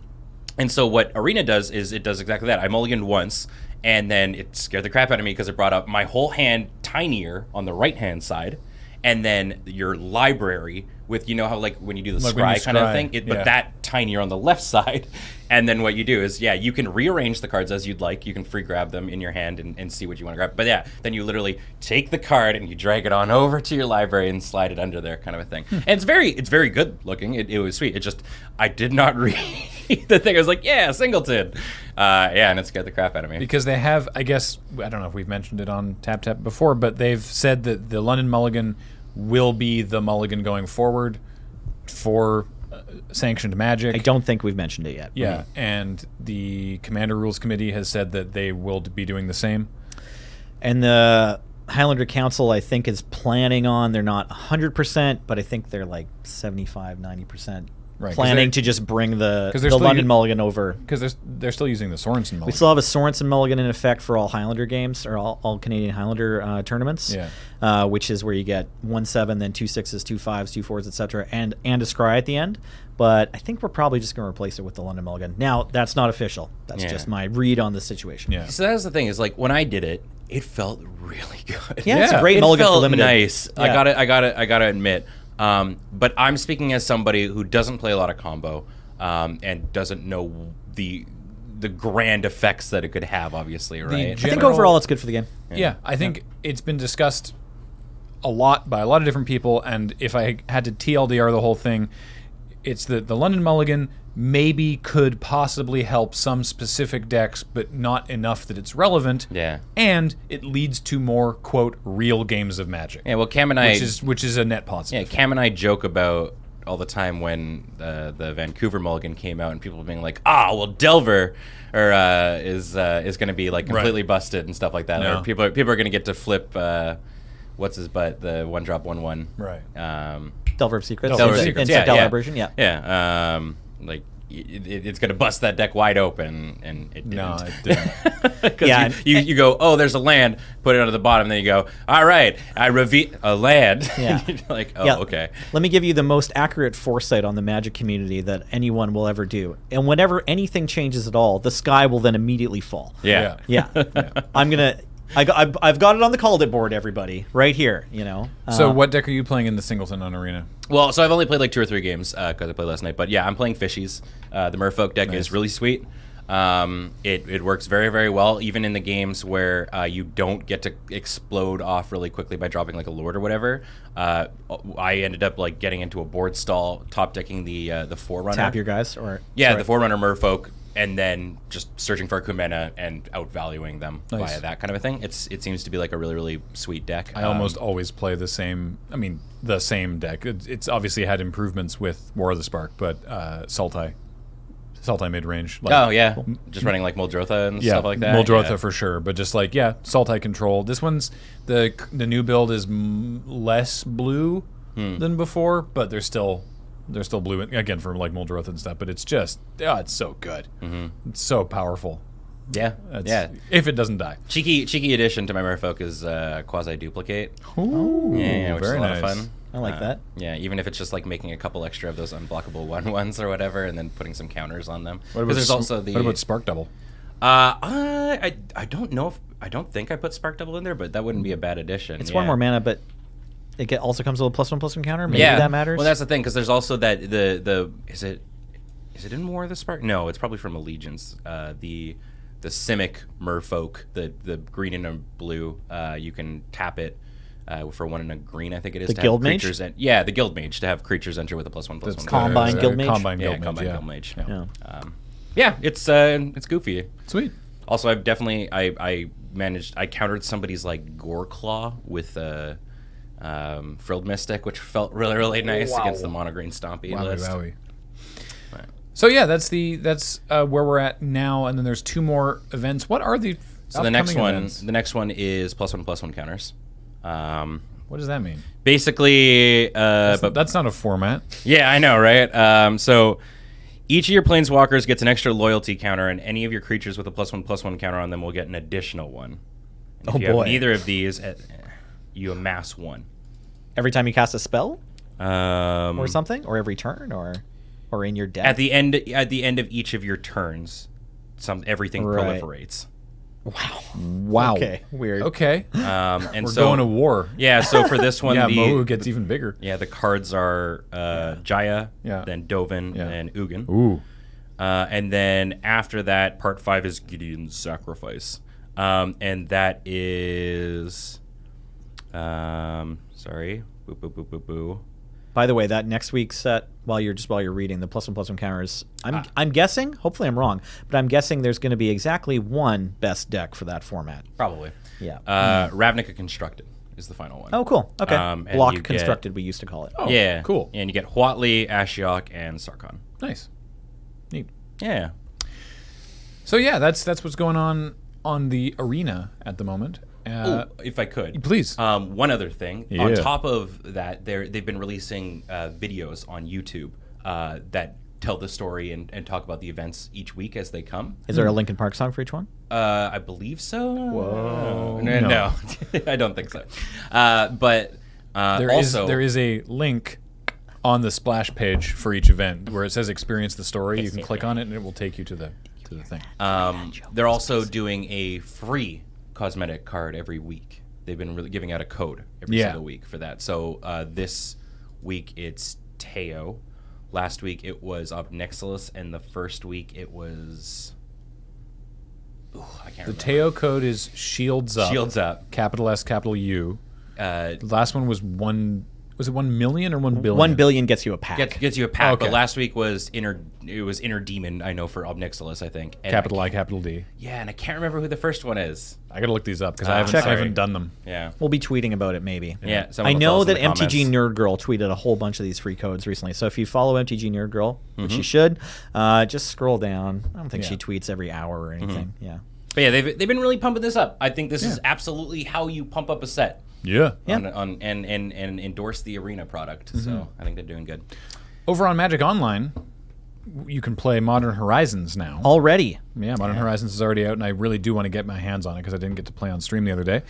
Speaker 2: and so what Arena does is it does exactly that. I mulliganed once, and then it scared the crap out of me because it brought up my whole hand tinier on the right hand side, and then your library with you know how like when you do the
Speaker 1: Like when you
Speaker 2: scry kind of
Speaker 1: scry,
Speaker 2: thing, it,
Speaker 1: yeah.
Speaker 2: but that tinier on the left side. And then what you do is, yeah, you can rearrange the cards as you'd like. You can free grab them in your hand and, and see what you want to grab. But yeah, then you literally take the card and you drag it on over to your library and slide it under there, kind of a thing. And it's very, it's very good looking. It, it was sweet. It just, I did not read the thing. I was like, yeah, Singleton. Uh, yeah, and it scared the crap out of me.
Speaker 1: because they have i guess i don't know if we've mentioned it on tap tap before but they've said that the london mulligan will be the mulligan going forward for uh, sanctioned magic
Speaker 3: I don't think we've mentioned it yet.
Speaker 1: yeah and the commander rules committee has said that they will be doing the same
Speaker 3: And the Highlander Council, I think, is planning on, they're not 100%, but I think they're like 75, 90%
Speaker 1: Right, 'cause
Speaker 3: planning
Speaker 1: they're-
Speaker 3: to just bring the,
Speaker 1: 'cause
Speaker 3: the
Speaker 1: they're still
Speaker 3: London
Speaker 1: u-
Speaker 3: Mulligan over.
Speaker 1: because they're, s- they're still using the sorensen mulligan
Speaker 3: We still have a Sorensen Mulligan in effect for all Highlander games or all, all Canadian Highlander uh, tournaments,
Speaker 1: Yeah.
Speaker 3: uh, which is where you get one seven, then two sixes, two fives, two fours, etc., and and a scry at the end. But I think we're probably just going to replace it with the London Mulligan. Now that's not official. That's
Speaker 2: Yeah.
Speaker 3: just my read on the situation.
Speaker 1: yeah
Speaker 2: So that's the thing is like when I did it, it felt really good.
Speaker 3: Yeah, it's a
Speaker 1: Yeah.
Speaker 3: great
Speaker 2: it
Speaker 3: mulligan
Speaker 2: felt
Speaker 3: for limited.
Speaker 2: nice. I
Speaker 3: Yeah.
Speaker 2: got to I got to I got to admit. Um, but I'm speaking as somebody who doesn't play a lot of combo um, and doesn't know the the grand effects that it could have. Obviously, right?
Speaker 3: I think
Speaker 1: General-
Speaker 3: overall it's good for the game.
Speaker 1: Yeah, I think it's been discussed a lot by a lot of different people. And if I had to TLDR the whole thing, it's that the London Mulligan maybe could possibly help some specific decks, but not enough that it's relevant.
Speaker 2: Yeah.
Speaker 1: And it leads to more quote real games of Magic.
Speaker 2: Yeah, well, Cam and I
Speaker 1: which is which is a net
Speaker 2: Yeah,
Speaker 1: positive.
Speaker 2: Cam and I joke about all the time when uh, the Vancouver Mulligan came out and people being like, "Ah, well, Delver or uh, is uh, is going to be like completely busted and stuff like that."
Speaker 1: No.
Speaker 2: Or people are, people are going to get to flip uh, what's his butt the one drop one one
Speaker 1: Right.
Speaker 2: um,
Speaker 3: Delver of Secrets.
Speaker 2: Delver of
Speaker 3: Instant-
Speaker 2: Secrets.
Speaker 3: instant
Speaker 2: yeah,
Speaker 3: Delver
Speaker 2: yeah.
Speaker 3: version, yeah.
Speaker 2: yeah. Um, like it, it- it's going to bust that deck wide open, and it didn't.
Speaker 1: No, it didn't.
Speaker 2: 'Cause
Speaker 3: Yeah,
Speaker 2: you, you, you go, oh, there's a land, put it under the bottom, then you go, all right, I reveal a land.
Speaker 3: Yeah.
Speaker 2: like, oh,
Speaker 3: Yeah.
Speaker 2: okay.
Speaker 3: Let me give you the most accurate foresight on the magic community that anyone will ever do. And whenever anything changes at all, the sky will then immediately fall.
Speaker 2: Yeah.
Speaker 3: Yeah. I'm going to. I got, I've- I've got it on the call it board, everybody, right here. You know.
Speaker 1: So
Speaker 3: Uh,
Speaker 1: what deck are you playing in the singleton on arena?
Speaker 2: Well, so I've only played like two or three games because I played last night. But yeah, I'm playing Fishies. Uh, the Merfolk deck is really sweet. Um, it, it works very, very well, even in the games where uh, you don't get to explode off really quickly by dropping like a lord or whatever. Uh, I ended up like getting into a board stall, top decking the uh, the Forerunner.
Speaker 3: tap your guys or
Speaker 2: Yeah, the Forerunner Merfolk, and then just searching for a Kumena and outvaluing them
Speaker 1: Nice.
Speaker 2: via that kind of a thing. It's It seems to be like a really, really sweet deck.
Speaker 1: I almost always play the same. I mean, the same deck. It, it's obviously had improvements with War of the Spark, but uh, Sultai, Sultai mid range. Like,
Speaker 2: Oh, yeah. Just running like Moldrotha and stuff like that.
Speaker 1: Muldrotha
Speaker 2: yeah.
Speaker 1: for sure, but just like yeah, Sultai control. This one's the the new build is m- less blue
Speaker 2: Hmm.
Speaker 1: than before, but they're still they're still blue again for like Muldrotha and stuff. But it's just oh, it's so good, it's so powerful.
Speaker 2: Yeah,
Speaker 1: That's,
Speaker 2: Mm-hmm. yeah.
Speaker 1: if it doesn't die.
Speaker 2: Cheeky, cheeky addition to my Merfolk is uh, quasi duplicate.
Speaker 1: Ooh,
Speaker 2: Yeah, yeah, which is a lot of fun.
Speaker 3: I like
Speaker 2: Uh,
Speaker 3: that.
Speaker 2: Yeah, even if it's just like making a couple extra of those unblockable one ones or whatever, and then putting some counters on them.
Speaker 1: What about,
Speaker 2: Because there's
Speaker 1: sm-
Speaker 2: also the.
Speaker 1: what about Spark Double?
Speaker 2: uh, I, I I don't know if I don't think I put Spark Double in there, but that wouldn't be a bad addition.
Speaker 3: It's one
Speaker 2: yeah.
Speaker 3: more mana, but it get, also comes with a plus one plus one counter. Maybe
Speaker 2: yeah,
Speaker 3: that matters.
Speaker 2: Well, that's the thing because there's also that the the is it is it in War of the Spark? No, it's probably from Allegiance. Uh, the the Simic Merfolk, the the green and a blue. Uh, you can tap it. Uh, for one and a green, I think it is
Speaker 3: The
Speaker 2: to
Speaker 3: Guild
Speaker 2: have
Speaker 3: Mage?
Speaker 2: creatures. En- yeah, the guild mage to have creatures enter with a plus one plus one.
Speaker 3: Combine
Speaker 2: counter.
Speaker 1: the-
Speaker 3: Guild Mage?
Speaker 1: Combine
Speaker 2: Yeah,
Speaker 1: Guild Mage.
Speaker 2: combine
Speaker 1: yeah.
Speaker 2: guild mage.
Speaker 1: Yeah.
Speaker 3: Yeah.
Speaker 2: Um, yeah, it's uh, it's goofy.
Speaker 1: Sweet.
Speaker 2: Also, I've definitely I, I managed I countered somebody's like gore claw with a um, frilled mystic, which felt really really nice against the mono green stompy
Speaker 1: Wowie,
Speaker 2: list.
Speaker 1: wowie. So yeah, that's the that's uh, where we're at now, and then there's two more events. What are the
Speaker 2: So the next
Speaker 1: upcoming
Speaker 2: one
Speaker 1: events?
Speaker 2: the next one is plus one plus one counters. Um,
Speaker 1: What does that mean?
Speaker 2: basically, uh, but
Speaker 1: But that's not a format.
Speaker 2: Yeah, I know, right? Um, so each of your planeswalkers gets an extra loyalty counter, and any of your creatures with a plus one plus one counter on them will get an additional one. And
Speaker 3: Oh,
Speaker 2: if you have
Speaker 3: boy.
Speaker 2: neither of these, eh, eh, you amass one.
Speaker 3: every time you cast a spell
Speaker 2: Um,
Speaker 3: or something, or every turn, or or in your deck.
Speaker 2: At the end, at the end of each of your turns, some everything
Speaker 3: Right.
Speaker 2: proliferates.
Speaker 3: wow.
Speaker 1: Wow.
Speaker 3: Okay. Weird.
Speaker 1: Okay.
Speaker 2: Um, and
Speaker 1: we're
Speaker 2: so,
Speaker 1: going to war.
Speaker 2: yeah. So for this one,
Speaker 1: yeah.
Speaker 2: the
Speaker 1: Mohu gets even bigger.
Speaker 2: yeah the cards are uh, Jaya,
Speaker 1: Yeah.
Speaker 2: then Dovin,
Speaker 1: Yeah.
Speaker 2: and Ugin.
Speaker 1: Ooh.
Speaker 2: Uh, and then after that, part five is Gideon's sacrifice, um, and that is, um, sorry, boo boo boo boo boo.
Speaker 3: By the way, that next week's set, while you're just while you're reading the plus one plus one counters, I'm
Speaker 2: Ah.
Speaker 3: I'm guessing. Hopefully, I'm wrong, but I'm guessing there's going to be exactly one best deck for that format.
Speaker 2: Probably.
Speaker 3: Yeah.
Speaker 2: Uh,
Speaker 1: Hmm.
Speaker 2: Ravnica constructed is the final one.
Speaker 3: oh, cool. Okay.
Speaker 2: um, and you
Speaker 3: Block
Speaker 2: get-
Speaker 3: constructed, we used to call it.
Speaker 1: Oh,
Speaker 2: yeah,
Speaker 1: Cool.
Speaker 2: And you get Huatli, Ashiok, and Sarkon.
Speaker 1: Nice. Neat.
Speaker 2: Yeah.
Speaker 1: So yeah, that's that's what's going on on the arena at the moment. Uh,
Speaker 2: Ooh, if I could,
Speaker 1: please.
Speaker 2: Um, one other thing. On
Speaker 1: Yeah.
Speaker 2: top of that, they they've been releasing uh, videos on YouTube uh, that tell the story and, and talk about the events each week as they come.
Speaker 3: Is there a Linkin Park song for each one?
Speaker 2: Uh, I believe so. Whoa.
Speaker 1: No.
Speaker 2: No, no. I don't think so. Uh, but uh,
Speaker 1: There is
Speaker 2: also,
Speaker 1: there is a link on the splash page for each event where it says experience the story. You can click on it and it will take you to the to the thing.
Speaker 2: um, they're also doing a free cosmetic card every week. They've been really giving out a code every
Speaker 1: Yeah.
Speaker 2: single week for that. So uh, this week it's Teo. Last week it was Obnixilus, and the first week it was. Ooh, I can't
Speaker 1: The
Speaker 2: remember.
Speaker 1: Teo code is shields up.
Speaker 2: Shields up.
Speaker 1: Capital S, capital U.
Speaker 2: Uh,
Speaker 1: The last one was one was it one million or one billion?
Speaker 3: One billion gets you a pack.
Speaker 2: Gets, gets you a pack,
Speaker 1: Okay.
Speaker 2: but last week was inner. It was inner demon. I know for Obnixilus, I think. And I
Speaker 1: Capital I, capital D.
Speaker 2: can't- yeah, and I can't remember who the first one is.
Speaker 1: I gotta look these up because I
Speaker 2: Ah,
Speaker 1: haven't
Speaker 2: check.
Speaker 1: I haven't done them.
Speaker 2: Yeah,
Speaker 3: We'll be tweeting about it maybe.
Speaker 2: yeah.
Speaker 3: I
Speaker 2: someone will tell us
Speaker 3: know
Speaker 2: in
Speaker 3: that
Speaker 2: the
Speaker 3: MTG
Speaker 2: comments.
Speaker 3: Nerd Girl tweeted a whole bunch of these free codes recently. So if you follow MTG Nerd Girl, which
Speaker 2: Mm-hmm.
Speaker 3: you should, uh, just scroll down. I don't think
Speaker 1: Yeah.
Speaker 3: she tweets every hour
Speaker 2: Mm-hmm.
Speaker 3: or anything. Yeah.
Speaker 2: But yeah, they've they've been really pumping this up. I think this is absolutely how you pump up a set.
Speaker 1: Yeah.
Speaker 3: Yeah.
Speaker 2: On, on, and, and and endorse the arena product. So
Speaker 3: Mm-hmm.
Speaker 2: I think they're doing good.
Speaker 1: Over on Magic Online, you can play Modern Horizons now.
Speaker 3: Already.
Speaker 1: Yeah, Modern Horizons is already out, and I really do want to get my hands on it because I didn't get to play on stream the other day,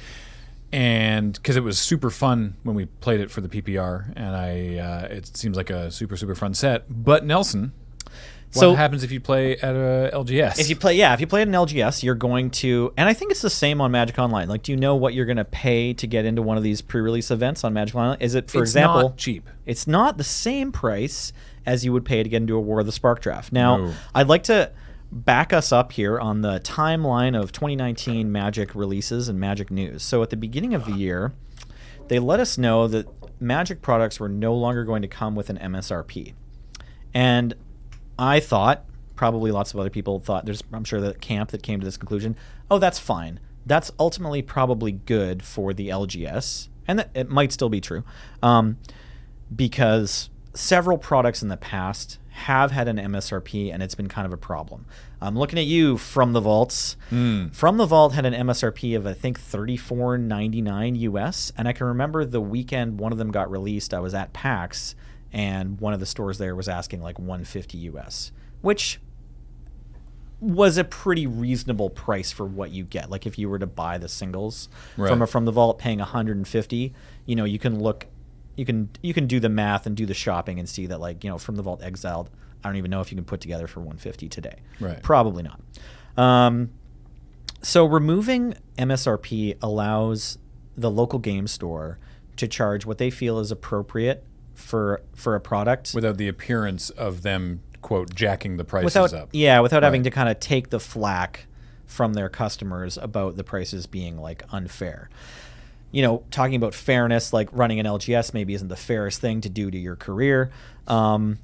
Speaker 1: and because it was super fun when we played it for the PPR, and I uh, it seems like a super super fun set. But Nelson, what
Speaker 3: So-
Speaker 1: happens if you play at uh, a LGS?
Speaker 3: If you play, yeah, if you play at an LGS, you're going to, and I think it's the same on Magic Online. Like, do you know what you're going to pay to get into one of these pre-release events on Magic Online? Is it, for
Speaker 1: It's
Speaker 3: example,
Speaker 1: not cheap.
Speaker 3: It's not the same price as you would pay to get into a War of the Spark draft. Now,
Speaker 1: No.
Speaker 3: I'd like to back us up here on the timeline of 2019 Magic releases and Magic news. So, at the beginning of the year, they let us know that Magic products were no longer going to come with an MSRP. And I thought, probably lots of other people thought, there's I'm sure the camp that came to this conclusion, oh, that's fine. That's ultimately probably good for the LGS. And that, it might still be true. Um, because several products in the past have had an MSRP and it's been kind of a problem. I'm looking at you from the vaults. From the vault had an MSRP of I think 34.99 US and I can remember the weekend one of them got released I was at PAX and one of the stores there was asking like 150 US, which was a pretty reasonable price for what you get. Like if you were to buy the singles
Speaker 1: Right.
Speaker 3: from a from the vault paying 150, you know, you can look you can you can do the math and do the shopping and see that like, you know, from the vault exiled, I don't even know if you can put together for 150 today.
Speaker 1: Right.
Speaker 3: Probably not. Um, so removing MSRP allows the local game store to charge what they feel is appropriate for for a product
Speaker 1: without the appearance of them quote jacking the prices
Speaker 3: without E
Speaker 1: up.
Speaker 3: yeah without having to kind of take the flack from their customers about the prices being like unfair you know talking about fairness like running an lgs maybe isn't the fairest thing to do to your career um,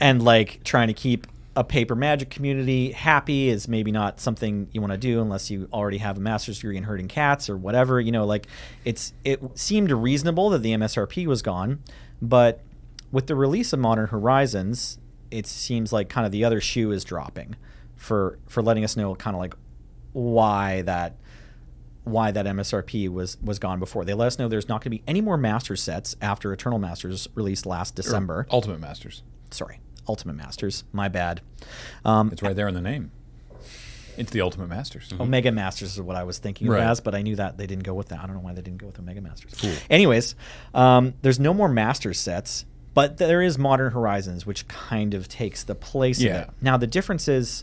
Speaker 3: and like trying to keep a paper magic community happy is maybe not something you want to do unless you already have a master's degree in herding cats or whatever you know like it's it seemed reasonable that the msrp was gone but with the release of modern horizons it seems like kind of the other shoe is dropping for for letting us know kind of like why that why that MSRP was was gone before. They let us know there's not going to be any more master sets after Eternal Masters released last December.
Speaker 1: Ultimate Masters.
Speaker 3: Sorry, Ultimate Masters. My bad. Um,
Speaker 1: It's right there in the name. It's the Ultimate Masters.
Speaker 3: Omega Oh, Masters is what I was thinking
Speaker 1: Mm-hmm. Right.
Speaker 3: of as, but I knew that they didn't go with that. I don't know why they didn't go with Omega Masters. Anyways, um, there's no more master sets, but there is Modern Horizons, which kind of takes the place
Speaker 1: Yeah.
Speaker 3: of it. Now the difference is,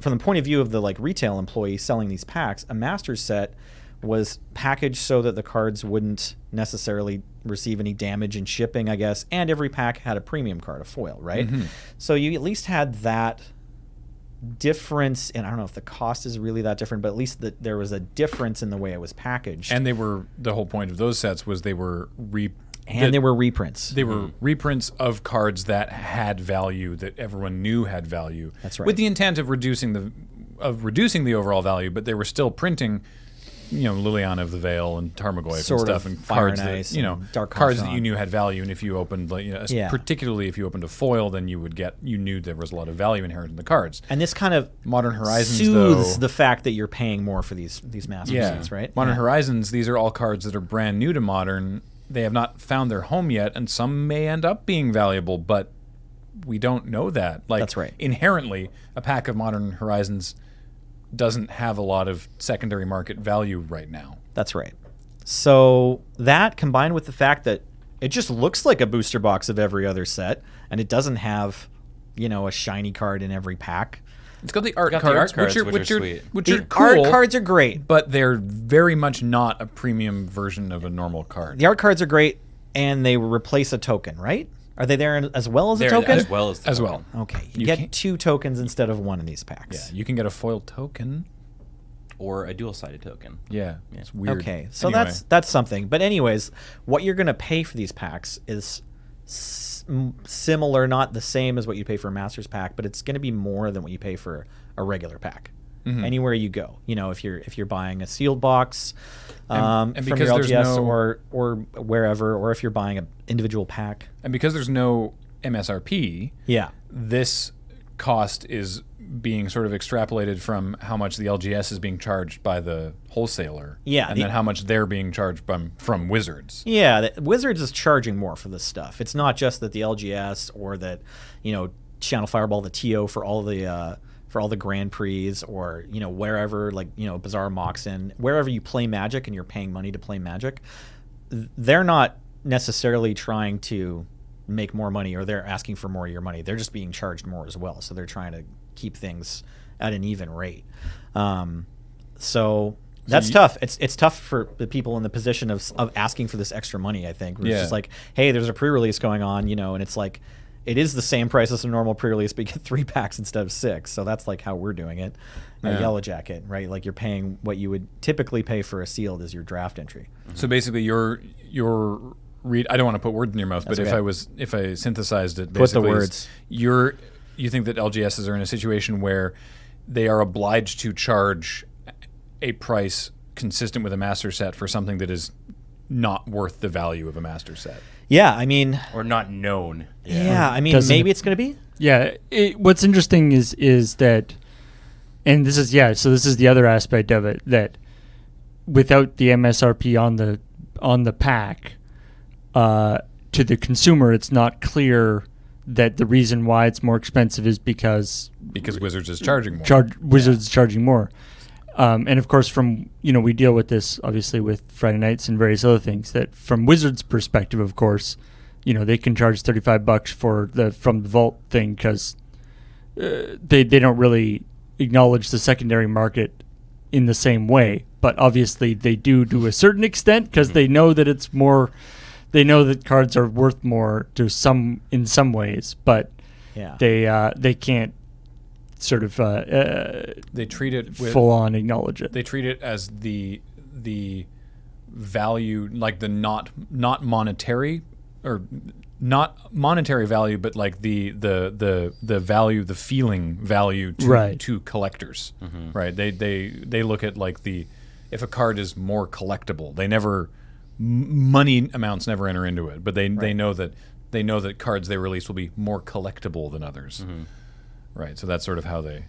Speaker 3: from the point of view of the like retail employee selling these packs, a master set was packaged so that the cards wouldn't necessarily receive any damage in shipping, I guess, and every pack had a premium card, a foil, right?
Speaker 1: Mm-hmm.
Speaker 3: So you at least had that difference and I don't know if the cost is really that different, but at least that there was a difference in the way it was packaged.
Speaker 1: And they were the whole point of those sets was they were re
Speaker 3: And
Speaker 1: the-
Speaker 3: there were reprints.
Speaker 1: They were reprints of cards that had value that everyone knew had value.
Speaker 3: That's right.
Speaker 1: With the intent of reducing the of reducing the overall value, but they were still printing, you know, Liliana of the Veil and Tarmogoyf
Speaker 3: Sort
Speaker 1: and stuff,
Speaker 3: of
Speaker 1: and
Speaker 3: Fire
Speaker 1: cards
Speaker 3: and Ice
Speaker 1: that you know,
Speaker 3: and Dark
Speaker 1: cards that
Speaker 3: Confidant.
Speaker 1: you knew had value. And if you opened, like, you know,
Speaker 3: Yeah.
Speaker 1: particularly if you opened a foil, then you would get you knew there was a lot of value inherent in the cards.
Speaker 3: and this kind of
Speaker 1: Modern Horizons
Speaker 3: soothes
Speaker 1: though,
Speaker 3: the fact that you're paying more for these these master sets, right?
Speaker 1: Modern Horizons, these are all cards that are brand new to Modern. They have not found their home yet, and some may end up being valuable, but we don't know that. Like
Speaker 3: That's right.
Speaker 1: inherently, a pack of Modern Horizons doesn't have a lot of secondary market value right now.
Speaker 3: That's right. So that combined with the fact that it just looks like a booster box of every other set and it doesn't have, you know, a shiny card in every pack.
Speaker 1: It's got the art
Speaker 2: Got the
Speaker 1: cards,
Speaker 2: art cards,
Speaker 1: which are
Speaker 2: which
Speaker 1: which
Speaker 2: are
Speaker 1: are,
Speaker 2: sweet.
Speaker 1: which
Speaker 3: The
Speaker 1: are cool,
Speaker 3: art cards are great.
Speaker 1: but they're very much not a premium version of a normal card.
Speaker 3: The art cards are great and they replace a token, right? Are they there in- as well as
Speaker 2: They're
Speaker 3: a token?
Speaker 2: as well as the
Speaker 1: As
Speaker 2: token.
Speaker 1: well,
Speaker 3: Okay, you,
Speaker 1: You
Speaker 3: get
Speaker 1: can't-
Speaker 3: two tokens instead of one in these
Speaker 1: yeah,
Speaker 3: packs.
Speaker 1: you can get a foil token.
Speaker 2: or a dual sided token.
Speaker 1: Yeah, it's weird.
Speaker 3: Okay, so
Speaker 1: Anyway,
Speaker 3: that's that's something. But anyways, what you're going to pay for these packs is s- m- similar, not the same as what you pay for a master's pack, but it's going to be more than what you pay for a regular pack.
Speaker 1: Mm-hmm.
Speaker 3: Anywhere you go, you know, if you're if you're buying a sealed box um,
Speaker 1: and
Speaker 3: from
Speaker 1: because
Speaker 3: your
Speaker 1: there's
Speaker 3: LGS
Speaker 1: no-
Speaker 3: or or wherever, or if you're buying an individual pack,
Speaker 1: and because there's no MSRP,
Speaker 3: yeah,
Speaker 1: this cost is being sort of extrapolated from how much the LGS is being charged by the wholesaler,
Speaker 3: Yeah,
Speaker 1: and
Speaker 3: the-
Speaker 1: then how much they're being charged by, from Wizards.
Speaker 3: Yeah, that Wizards is charging more for this stuff. It's not just that the LGS or that you know Channel Fireball, the TO for all the uh, for all the Grand Prix or you know wherever like you know Bizarre Moxon, wherever you play Magic and you're paying money to play Magic, th- they're not necessarily trying to make more money or they're asking for more of your money. They're just being charged more as well. So they're trying to keep things at an even rate. Um, so that's
Speaker 1: you-
Speaker 3: tough. It's it's tough for the people in the position of, of asking for this extra money. I think where it's
Speaker 1: Yeah.
Speaker 3: just like, hey, there's a pre-release going on, you know, and it's like, it is the same price as a normal pre-release, but you get three packs instead of six. So that's like how we're doing it. A
Speaker 1: Yeah.
Speaker 3: yellow jacket, right? Like you're paying what you would typically pay for a sealed as your draft entry.
Speaker 1: So basically, your your read. I don't want to put words in your mouth, but if
Speaker 3: okay.
Speaker 1: I was if I synthesized it,
Speaker 3: Put the
Speaker 1: basically, is
Speaker 3: words.
Speaker 1: You're you think that LGSs are in a situation where they are obliged to charge a price consistent with a master set for something that is not worth the value of a master set.
Speaker 3: Yeah, I mean,
Speaker 2: Or not known.
Speaker 3: yeah, I mean,
Speaker 4: Doesn't-
Speaker 3: maybe it's gonna be.
Speaker 4: Yeah. It, what's interesting is is that, and this is yeah. So this is the other aspect of it that, without the MSRP on the on the pack, uh, to the consumer, it's not clear that the reason why it's more expensive is because
Speaker 1: Because Wizards is charging more.
Speaker 4: charge Wizards charging more. Um, and of course, from you know, we deal with this obviously with Friday nights and various other things. That from Wizards' perspective, of course, you know they can charge thirty five bucks for the from the vault thing because uh, they they don't really acknowledge the secondary market in the same way. But obviously, they do to a certain extent because
Speaker 1: Hmm.
Speaker 4: they know that it's more. They know that cards are worth more to some in some ways, but
Speaker 3: Yeah,
Speaker 4: they uh, they can't sort of uh, uh,
Speaker 1: they treat it with
Speaker 4: full on acknowledge it.
Speaker 1: they treat it as the the value like the not not monetary or not monetary value but like the the the the value the feeling value to,
Speaker 4: Right.
Speaker 1: to collectors right they they they look at like the if a card is more collectible they never m- money amounts never enter into it but they they know that they know that cards they release will be more collectible than others right so that's sort of how they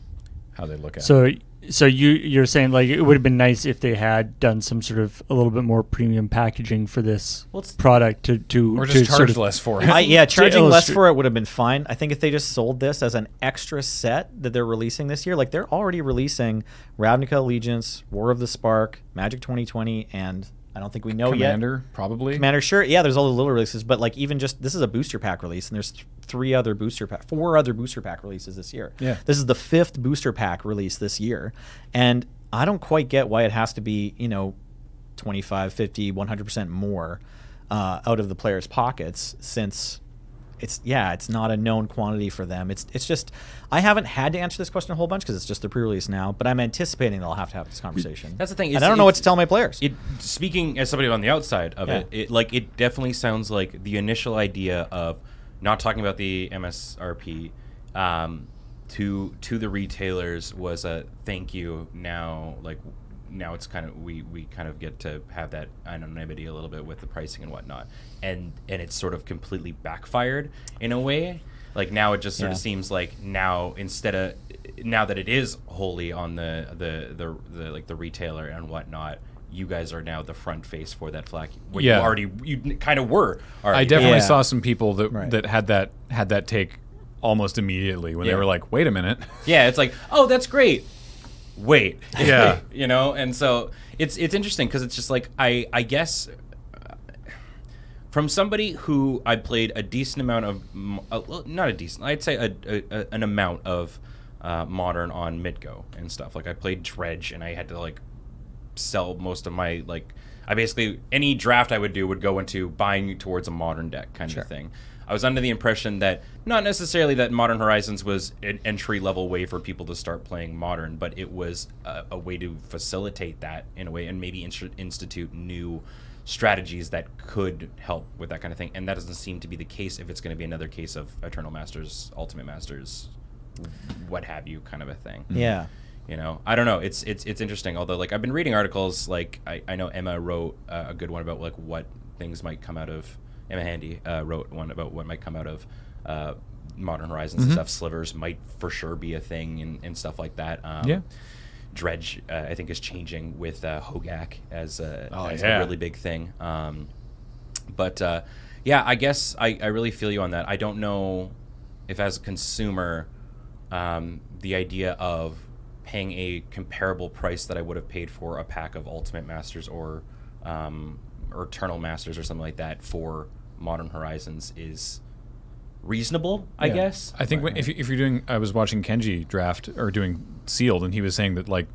Speaker 1: how they look at it
Speaker 4: so so you you're saying like it would have been nice if they had done some sort of a little bit more premium packaging for this
Speaker 3: Let's-
Speaker 4: product to to
Speaker 1: or
Speaker 4: to
Speaker 1: just
Speaker 4: sort
Speaker 1: charge
Speaker 4: of,
Speaker 1: less for it
Speaker 3: I, yeah, charging less
Speaker 4: illustrate-
Speaker 3: for it would have been fine. I think if they just sold this as an extra set that they're releasing this year, like they're already releasing Ravnica Allegiance, War of the Spark, Magic 2020, and I don't think we
Speaker 2: Oh,
Speaker 3: know yet.
Speaker 1: Commander, probably.
Speaker 3: Commander, sure, yeah, there's all the little releases, but like even just this is a booster pack release, and there's th- three other booster pack, four other booster pack releases this year.
Speaker 1: Yeah.
Speaker 3: this is the fifth booster pack release this year, and I don't quite get why it has to be you know 25, 50, 100 percent more uh, out of the players' pockets since it's yeah, it's not a known quantity for them. It's it's just I haven't had to answer this question a whole bunch because it's just the pre-release now, but I'm anticipating they'll have to have this conversation.
Speaker 2: That's the thing,
Speaker 3: And
Speaker 2: it's-
Speaker 3: I don't know what
Speaker 2: it's-
Speaker 3: to tell my players.
Speaker 2: It speaking as somebody on the outside of
Speaker 3: Yeah.
Speaker 2: it, it like it definitely sounds like the initial idea of not talking about the MSRP um, to to the retailers was a thank you. Now, like now, it's kind of we we kind of get to have that anonymity a little bit with the pricing and whatnot, and and it's sort of completely backfired in a way. Like now, it just sort
Speaker 3: Yeah.
Speaker 2: of seems like now instead of now that it is wholly on the the the, the like the retailer and whatnot. You guys are now the front face for that flag. What
Speaker 1: Yeah.
Speaker 2: you already you kind of were.
Speaker 1: I
Speaker 2: already.
Speaker 1: definitely
Speaker 3: Yeah.
Speaker 1: saw some people that
Speaker 3: Right.
Speaker 1: that had that had that take almost immediately when they
Speaker 2: Yeah.
Speaker 1: were like, "Wait a minute."
Speaker 2: Yeah, it's like, oh, that's great. Wait,
Speaker 1: Yeah.
Speaker 2: you know, and so it's it's interesting because it's just like I I guess uh, from somebody who I played a decent amount of m- uh, well, not a decent I'd say a, a, a- an amount of uh, modern on Midgo and stuff like I played Dredge and I had to like sell most of my like. I basically any draft I would do would go into buying towards a modern deck kind of thing. I was under the impression that not necessarily that Modern Horizons was an entry level way for people to start playing modern, but it was a, a way to facilitate that in a way and maybe instru- institute new strategies that could help with that kind of thing. And that doesn't seem to be the case if it's going to be another case of Eternal Masters, Ultimate Masters, what have you kind of a thing
Speaker 3: Yeah.
Speaker 2: you know i don't know it's it's it's interesting although like i've been reading articles like i, I know emma wrote uh, a good one about like what things might come out of emma handy uh, wrote one about what might come out of uh, modern horizons and stuff slivers might for sure be a thing and, and stuff like that um,
Speaker 1: Yeah.
Speaker 2: dredge uh, i think is changing with uh, hogak as, a,
Speaker 1: Oh,
Speaker 2: as
Speaker 1: yeah.
Speaker 2: a really big thing um, but uh, yeah, I guess I, I really feel you on that. I don't know if, as a consumer, um, the idea of paying a comparable price that I would have paid for a pack of Ultimate Masters or um, or Eternal Masters or something like that for Modern Horizons is reasonable. I
Speaker 1: Yeah.
Speaker 2: guess.
Speaker 1: I think when, if, you- if you're doing, I was watching Kenji draft or doing sealed, and he was saying that like,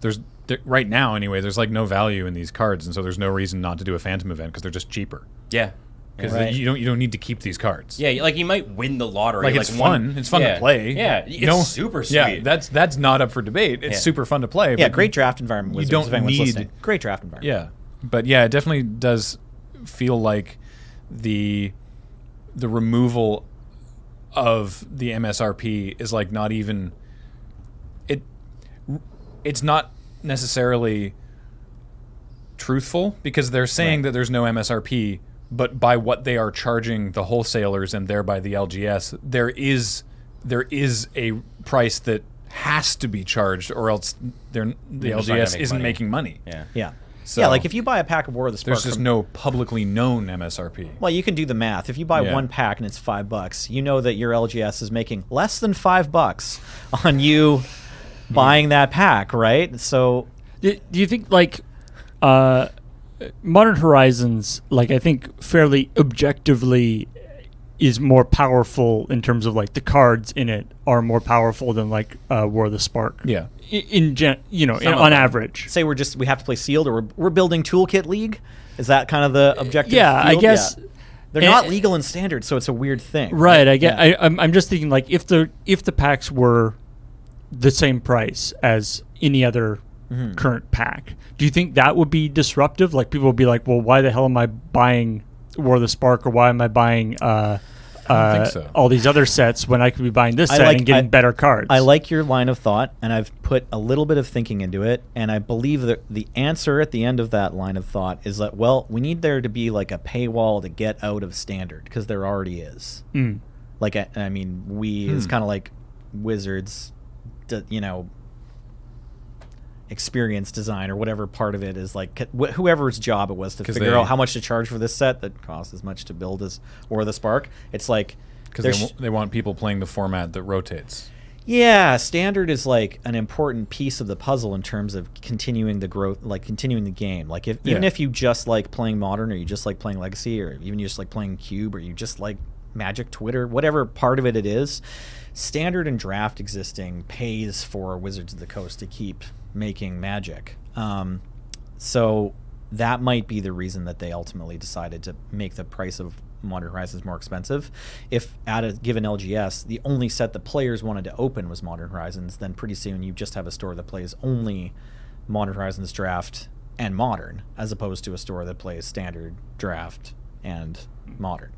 Speaker 1: there's there, right now anyway, there's like no value in these cards, and so there's no reason not to do a Phantom event because they're just cheaper.
Speaker 2: yeah.
Speaker 1: Because
Speaker 3: Right.
Speaker 1: you don't you don't need to keep these cards.
Speaker 2: Yeah, like you might win the lottery.
Speaker 1: Like, it's
Speaker 2: one-
Speaker 1: fun. It's fun
Speaker 2: yeah.
Speaker 1: to play.
Speaker 2: Yeah, it's
Speaker 1: No-
Speaker 2: super sweet.
Speaker 1: Yeah, that's that's not up for debate. It's
Speaker 2: Yeah.
Speaker 1: super fun to play.
Speaker 3: Yeah,
Speaker 1: but-
Speaker 3: great draft environment.
Speaker 1: you
Speaker 3: Wizards,
Speaker 1: don't
Speaker 3: if anyone's
Speaker 1: need-
Speaker 3: listening. Great draft environment.
Speaker 1: Yeah, but yeah, it definitely does feel like the the removal of the MSRP is like not even it. It's not necessarily truthful because they're saying that there's no MSRP, but by what they are charging the wholesalers and thereby the LGS, there is there is a price that has to be charged, or else they're, the
Speaker 2: just not gonna
Speaker 1: LGS
Speaker 2: make
Speaker 1: isn't
Speaker 2: money.
Speaker 1: making money.
Speaker 2: Yeah.
Speaker 3: Yeah.
Speaker 1: So-
Speaker 3: yeah, like if you buy a pack of War of the Spark,
Speaker 1: There's just
Speaker 3: from-
Speaker 1: no publicly known MSRP.
Speaker 3: well, you can do the math. If you buy
Speaker 1: Yeah.
Speaker 3: one pack and it's five bucks, you know that your LGS is making less than five bucks on you buying that pack, right? So
Speaker 4: Do, do you think like uh, Modern Horizons, like I think fairly objectively, is more powerful in terms of like the cards in it are more powerful than like uh, War of the Spark.
Speaker 1: Yeah.
Speaker 4: I- In gen, you know, in,
Speaker 2: Some of
Speaker 4: on
Speaker 2: them.
Speaker 4: average.
Speaker 3: say we're just we have to play sealed, or we're, we're building toolkit league. Is that kind of the objective?
Speaker 4: Yeah, I
Speaker 3: field?
Speaker 4: guess.
Speaker 3: Yeah. they're not
Speaker 4: Eh,
Speaker 3: legal in standard, so it's a weird thing.
Speaker 4: Right. I get.
Speaker 3: Yeah.
Speaker 4: I, I'm, I'm just thinking like if the if the packs were the same price as any other
Speaker 3: Mm-hmm.
Speaker 4: current pack, do you think that would be disruptive? Like people would be like, well, why the hell am I buying War of the Spark or why am I buying uh, uh,
Speaker 1: think so.
Speaker 4: all these other sets when I could be buying this
Speaker 3: I
Speaker 4: set
Speaker 3: like-
Speaker 4: and getting
Speaker 3: I-
Speaker 4: better cards?
Speaker 3: I like your line of thought, and I've put a little bit of thinking into it. And I believe that the answer at the end of that line of thought is that, well, we need there to be like a paywall to get out of standard because there already is.
Speaker 4: Mm.
Speaker 3: Like, I, I mean, we
Speaker 1: Hmm.
Speaker 3: is kind of like Wizards, d- you know, experience design or whatever part of it is like wh- whoever's job it was to
Speaker 1: 'Cause
Speaker 3: figure
Speaker 1: they-
Speaker 3: out how much to charge for this set that costs as much to build as or the spark. It's like
Speaker 1: Because they,
Speaker 3: there's-
Speaker 1: wa- they want people playing the format that rotates.
Speaker 3: yeah, standard is like an important piece of the puzzle in terms of continuing the growth, like continuing the game. Like if, even
Speaker 1: Yeah.
Speaker 3: if you just like playing modern, or you just like playing legacy, or even you just like playing cube, or you just like Magic, Twitter, whatever part of it it is, standard and draft existing pays for Wizards of the Coast to keep making Magic. Um, so that might be the reason that they ultimately decided to make the price of Modern Horizons more expensive. If at a given LGS, the only set the players wanted to open was Modern Horizons, then pretty soon you just have a store that plays only Modern Horizons draft and modern, as opposed to a store that plays standard draft and modern,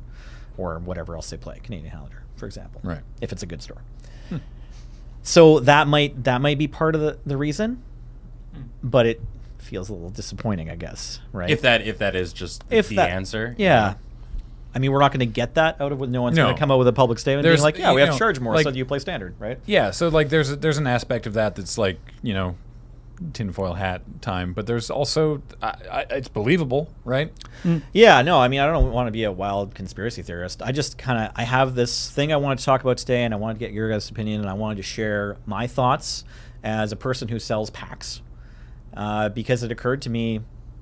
Speaker 3: or whatever else they play, Canadian Highlander, for example.
Speaker 1: Right.
Speaker 3: If it's a good store.
Speaker 1: Hmm.
Speaker 3: So that might that might be part of the, the reason
Speaker 4: Hmm.
Speaker 3: but it feels a little disappointing, I guess, right?
Speaker 2: If that if that is just the
Speaker 3: that-
Speaker 2: answer.
Speaker 3: yeah. I mean, we're not going to get that out of no one's
Speaker 1: No.
Speaker 3: going to come out with a public statement
Speaker 1: There's-
Speaker 3: being like, "Yeah, we
Speaker 1: you
Speaker 3: have to
Speaker 1: know,
Speaker 3: charge more,
Speaker 1: like-
Speaker 3: so you play standard, right?"
Speaker 1: Yeah. So like, there's a, there's an aspect of that that's like you know, tinfoil hat time. But there's also I, I, it's believable, right?
Speaker 3: Yeah, no, I mean, I don't want to be a wild conspiracy theorist. I just kind of I have this thing I want to talk about today, and I wanted to get your guys' opinion, and I wanted to share my thoughts as a person who sells packs, uh, because it occurred to me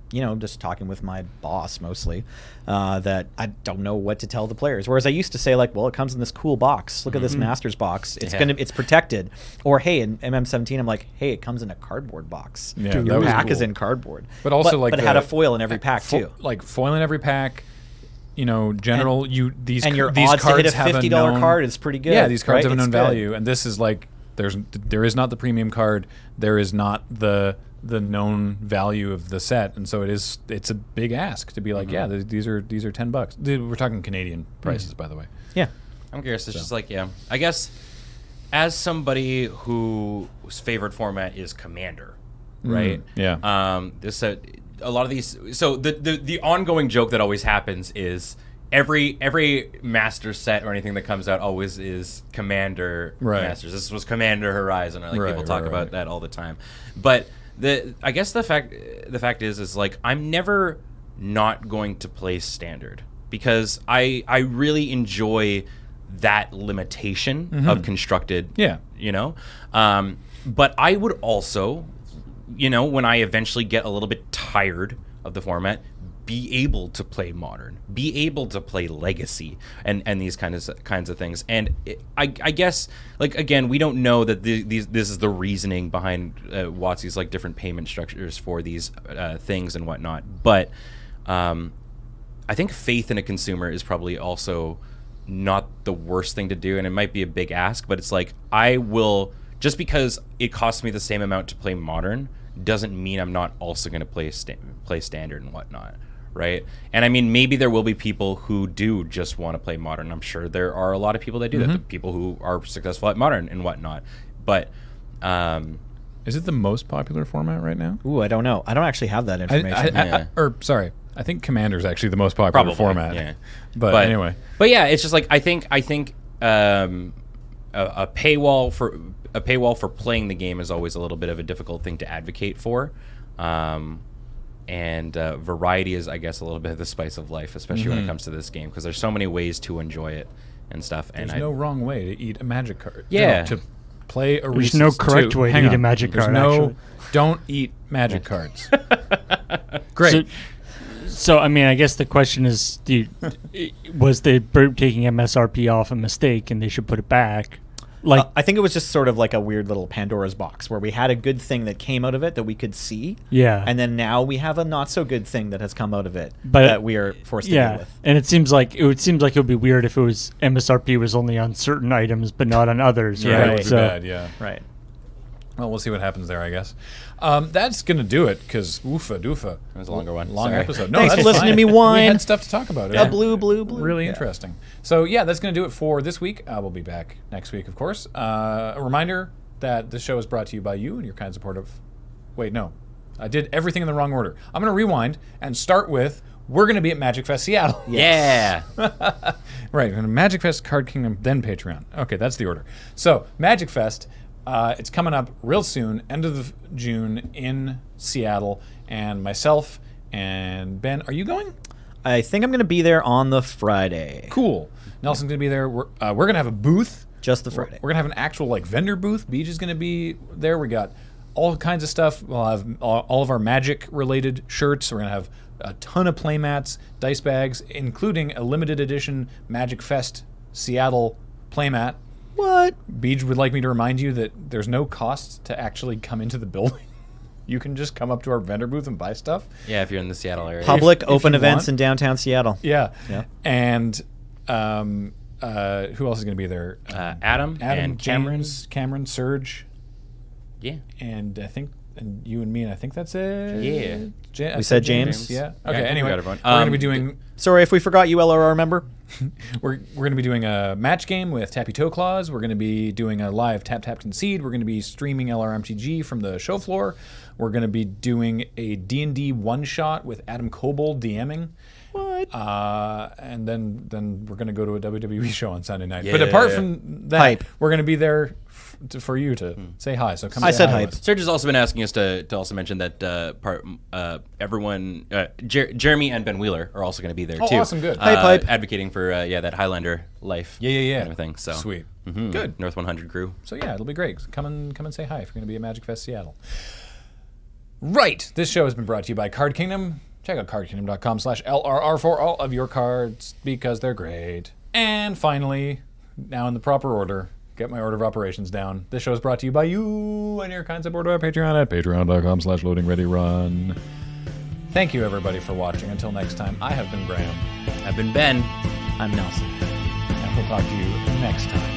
Speaker 3: you know, just talking with my boss mostly, uh, that I don't know what to tell the players. Whereas I used to say like, well, it comes in this cool box. Look at this master's box. It's
Speaker 2: Yeah.
Speaker 3: gonna, it's protected. Or hey, in MM17, I'm like, hey, it comes in a cardboard box.
Speaker 1: Yeah,
Speaker 3: Your
Speaker 1: that was
Speaker 3: pack
Speaker 1: cool.
Speaker 3: is in cardboard.
Speaker 1: But also, like,
Speaker 3: but it had
Speaker 1: the-
Speaker 3: a foil in every pack
Speaker 1: Fo-
Speaker 3: too.
Speaker 1: Like foil in every pack. You know, general. you these
Speaker 3: and
Speaker 1: c-
Speaker 3: your
Speaker 1: these
Speaker 3: odds to
Speaker 1: cards
Speaker 3: hit a
Speaker 1: have a
Speaker 3: $50
Speaker 1: known-
Speaker 3: card is pretty good,
Speaker 1: Yeah, these cards
Speaker 3: right?
Speaker 1: have a
Speaker 3: It's
Speaker 1: known
Speaker 3: good.
Speaker 1: value, and this is like there's there is not the premium card. There is not the the known value of the set, and so it is it's a big ask to be
Speaker 3: Mm-hmm.
Speaker 1: like, yeah, th- these are these are ten bucks. Th- We're talking Canadian prices,
Speaker 3: Mm.
Speaker 1: by the way.
Speaker 3: Yeah.
Speaker 2: I'm curious. It's just like, yeah. I guess as somebody whose favorite format is Commander, right?
Speaker 1: Mm-hmm. yeah.
Speaker 2: Um, this uh, a lot of these. So the, the the ongoing joke that always happens is every every master set or anything that comes out always is Commander
Speaker 1: Right.
Speaker 2: Masters. This was Commander Horizon. Or like
Speaker 1: Right,
Speaker 2: people talk
Speaker 1: right,
Speaker 2: about
Speaker 1: right.
Speaker 2: that all the time, but the I guess the fact the fact is is like I'm never not going to play standard because I I really enjoy that limitation of constructed
Speaker 1: Yeah.
Speaker 2: you know um, but i would also you know when i eventually get a little bit tired of the format be able to play modern be able to play legacy and and these kind of kinds of things and it, I, I guess like again we don't know that the, these this is the reasoning behind uh, watsy's like different payment structures for these uh, things and whatnot but um, I think faith in a consumer is probably also not the worst thing to do, and it might be a big ask, but it's like I will just because it costs me the same amount to play modern doesn't mean I'm not also going to play sta- play standard and whatnot, right? And I mean, maybe there will be people who do just want to play modern. I'm sure there are a lot of people that do that, the people who are successful at modern and whatnot. But um,
Speaker 1: Is it the most popular format right now?
Speaker 3: Ooh, I don't know. I don't actually have that
Speaker 1: I, I,
Speaker 3: information.
Speaker 1: I,
Speaker 2: Yeah.
Speaker 1: I- or sorry, I think Commander's actually the most popular
Speaker 2: Probably,
Speaker 1: format.
Speaker 2: yeah.
Speaker 1: But, anyway,
Speaker 2: but yeah, it's just like I think I think um, a, a paywall for a paywall for playing the game is always a little bit of a difficult thing to advocate for, um, and uh, variety is I guess a little bit of the spice of life, especially when
Speaker 1: Mm-hmm.
Speaker 2: it comes to this game because there's so many ways to enjoy it and stuff.
Speaker 1: there's
Speaker 2: and I,
Speaker 1: no wrong way to eat a magic card.
Speaker 2: Yeah.
Speaker 1: No, to play a
Speaker 4: There's no
Speaker 1: Reese's,
Speaker 4: correct
Speaker 1: too.
Speaker 4: way to
Speaker 1: Hang
Speaker 4: eat
Speaker 1: on.
Speaker 4: a magic
Speaker 1: There's
Speaker 4: card,
Speaker 1: No,
Speaker 4: actually.
Speaker 1: don't eat magic cards. Great.
Speaker 4: So, so, I mean, I guess the question is, do you, was the burp taking MSRP off a mistake, and they should put it back? Like,
Speaker 3: Uh, I think it was just sort of like a weird little Pandora's box where we had a good thing that came out of it that we could see.
Speaker 4: Yeah.
Speaker 3: And then now we have a not so good thing that has come out of it
Speaker 4: But-
Speaker 3: that we are forced to deal
Speaker 4: yeah,
Speaker 3: with.
Speaker 4: and it seems like it would seems like it would be weird if it was MSRP was only on certain items but not on others,
Speaker 1: yeah,
Speaker 4: right?
Speaker 1: that would be
Speaker 4: So,
Speaker 1: bad. Yeah.
Speaker 3: Right.
Speaker 1: Well, we'll see what happens there, I guess. Um, that's gonna do it because oofa doofa. It
Speaker 2: was a longer one.
Speaker 1: Long
Speaker 2: Sorry.
Speaker 1: episode. No,
Speaker 3: Thanks
Speaker 1: that's
Speaker 3: for listening
Speaker 1: fine.
Speaker 3: to me
Speaker 1: We
Speaker 3: whine.
Speaker 1: had stuff to talk about. It
Speaker 2: Yeah.
Speaker 1: was
Speaker 3: A Oh, blue, blue, blue.
Speaker 1: Really
Speaker 3: Yeah.
Speaker 1: interesting. So yeah, that's gonna do it for this week. Uh, we'll be back next week, of course. Uh, a reminder that the show is brought to you by you and your kind support of. Wait, no, I did everything in the wrong order. I'm gonna rewind and start with. We're going to be at Magic Fest Seattle.
Speaker 2: yeah.
Speaker 1: Right, and Magic Fest, Card Kingdom, then Patreon. Okay, that's the order. So Magic Fest, uh, it's coming up real soon, end of June in Seattle, and myself and Ben, are you going?
Speaker 3: I think I'm going to be there on the Friday.
Speaker 1: Cool. Nelson's gonna be there. We're uh, we're gonna have a booth.
Speaker 3: Just the Friday.
Speaker 1: We're gonna have an actual like vendor booth. Beach is gonna be there. We got all kinds of stuff. We'll have all, all of our magic related shirts. We're gonna have a ton of playmats, dice bags, including a limited edition Magic Fest Seattle playmat.
Speaker 3: What?
Speaker 1: Beej would like me to remind you that there's no cost to actually come into the building. you can just come up to our vendor booth and buy stuff.
Speaker 2: Yeah, if you're in the Seattle area.
Speaker 3: Public
Speaker 1: if
Speaker 3: open
Speaker 1: you
Speaker 3: events
Speaker 1: want.
Speaker 3: in downtown Seattle.
Speaker 1: Yeah.
Speaker 3: Yeah.
Speaker 1: And um, uh, who else is gonna be there?
Speaker 2: uh, Adam,
Speaker 1: Adam,
Speaker 2: and Cameron.
Speaker 1: James, Cameron, Serge,
Speaker 2: Yeah.
Speaker 1: and I think and you and me, and I think that's it.
Speaker 2: Yeah.
Speaker 1: Ja- I said
Speaker 3: We said James.
Speaker 1: Yeah.
Speaker 2: I
Speaker 1: Okay.
Speaker 2: think we
Speaker 1: anyway,
Speaker 2: got
Speaker 1: we're
Speaker 2: everyone.
Speaker 1: gonna be
Speaker 2: Um,
Speaker 1: doing
Speaker 3: Sorry if we forgot you, LRR member.
Speaker 1: we're, we're gonna be doing a match game with Tappy Toe Claws. We're gonna be doing a live Tap Tap Concede. We're gonna be streaming LRMTG from the show floor. We're gonna be doing a D and D one shot with Adam Kobold DMing.
Speaker 3: What?
Speaker 1: Uh, and then then we're gonna go to a WWE show on Sunday night.
Speaker 2: Yeah,
Speaker 1: but
Speaker 2: yeah,
Speaker 1: apart
Speaker 2: yeah.
Speaker 1: from that,
Speaker 3: Hype.
Speaker 1: we're gonna be there f- to, for you
Speaker 2: Hmm.
Speaker 1: to say hi. So come.
Speaker 3: I
Speaker 1: say
Speaker 3: said
Speaker 1: hi to
Speaker 3: hype.
Speaker 1: us.
Speaker 2: Serge has also been asking us to, to also mention that uh, part uh, everyone uh, Jer- Jeremy and Ben Wheeler are also going to be there
Speaker 1: Oh,
Speaker 2: too.
Speaker 1: awesome, good.
Speaker 2: Uh,
Speaker 3: Hype, hype.
Speaker 2: Advocating for uh, yeah that Highlander life.
Speaker 1: Yeah, yeah, yeah.
Speaker 2: Kind of thing. So Mm-hmm.
Speaker 1: sweet, good.
Speaker 2: North 100 crew.
Speaker 1: So yeah, it'll be great. Come and come and say hi if you're going to be at Magic Fest Seattle. Right. This show has been brought to you by Card Kingdom. Check out cardkingdom.com slash LRR for all of your cards because they're great. And finally, now in the proper order, get my order of operations down. This show is brought to you by you and your concept order at Patreon at patreon.com slash loading ready run. Thank you everybody for watching. Until next time, I have been Graham,
Speaker 2: I've been Ben.
Speaker 3: I'm Nelson.
Speaker 1: and we'll talk to you next time.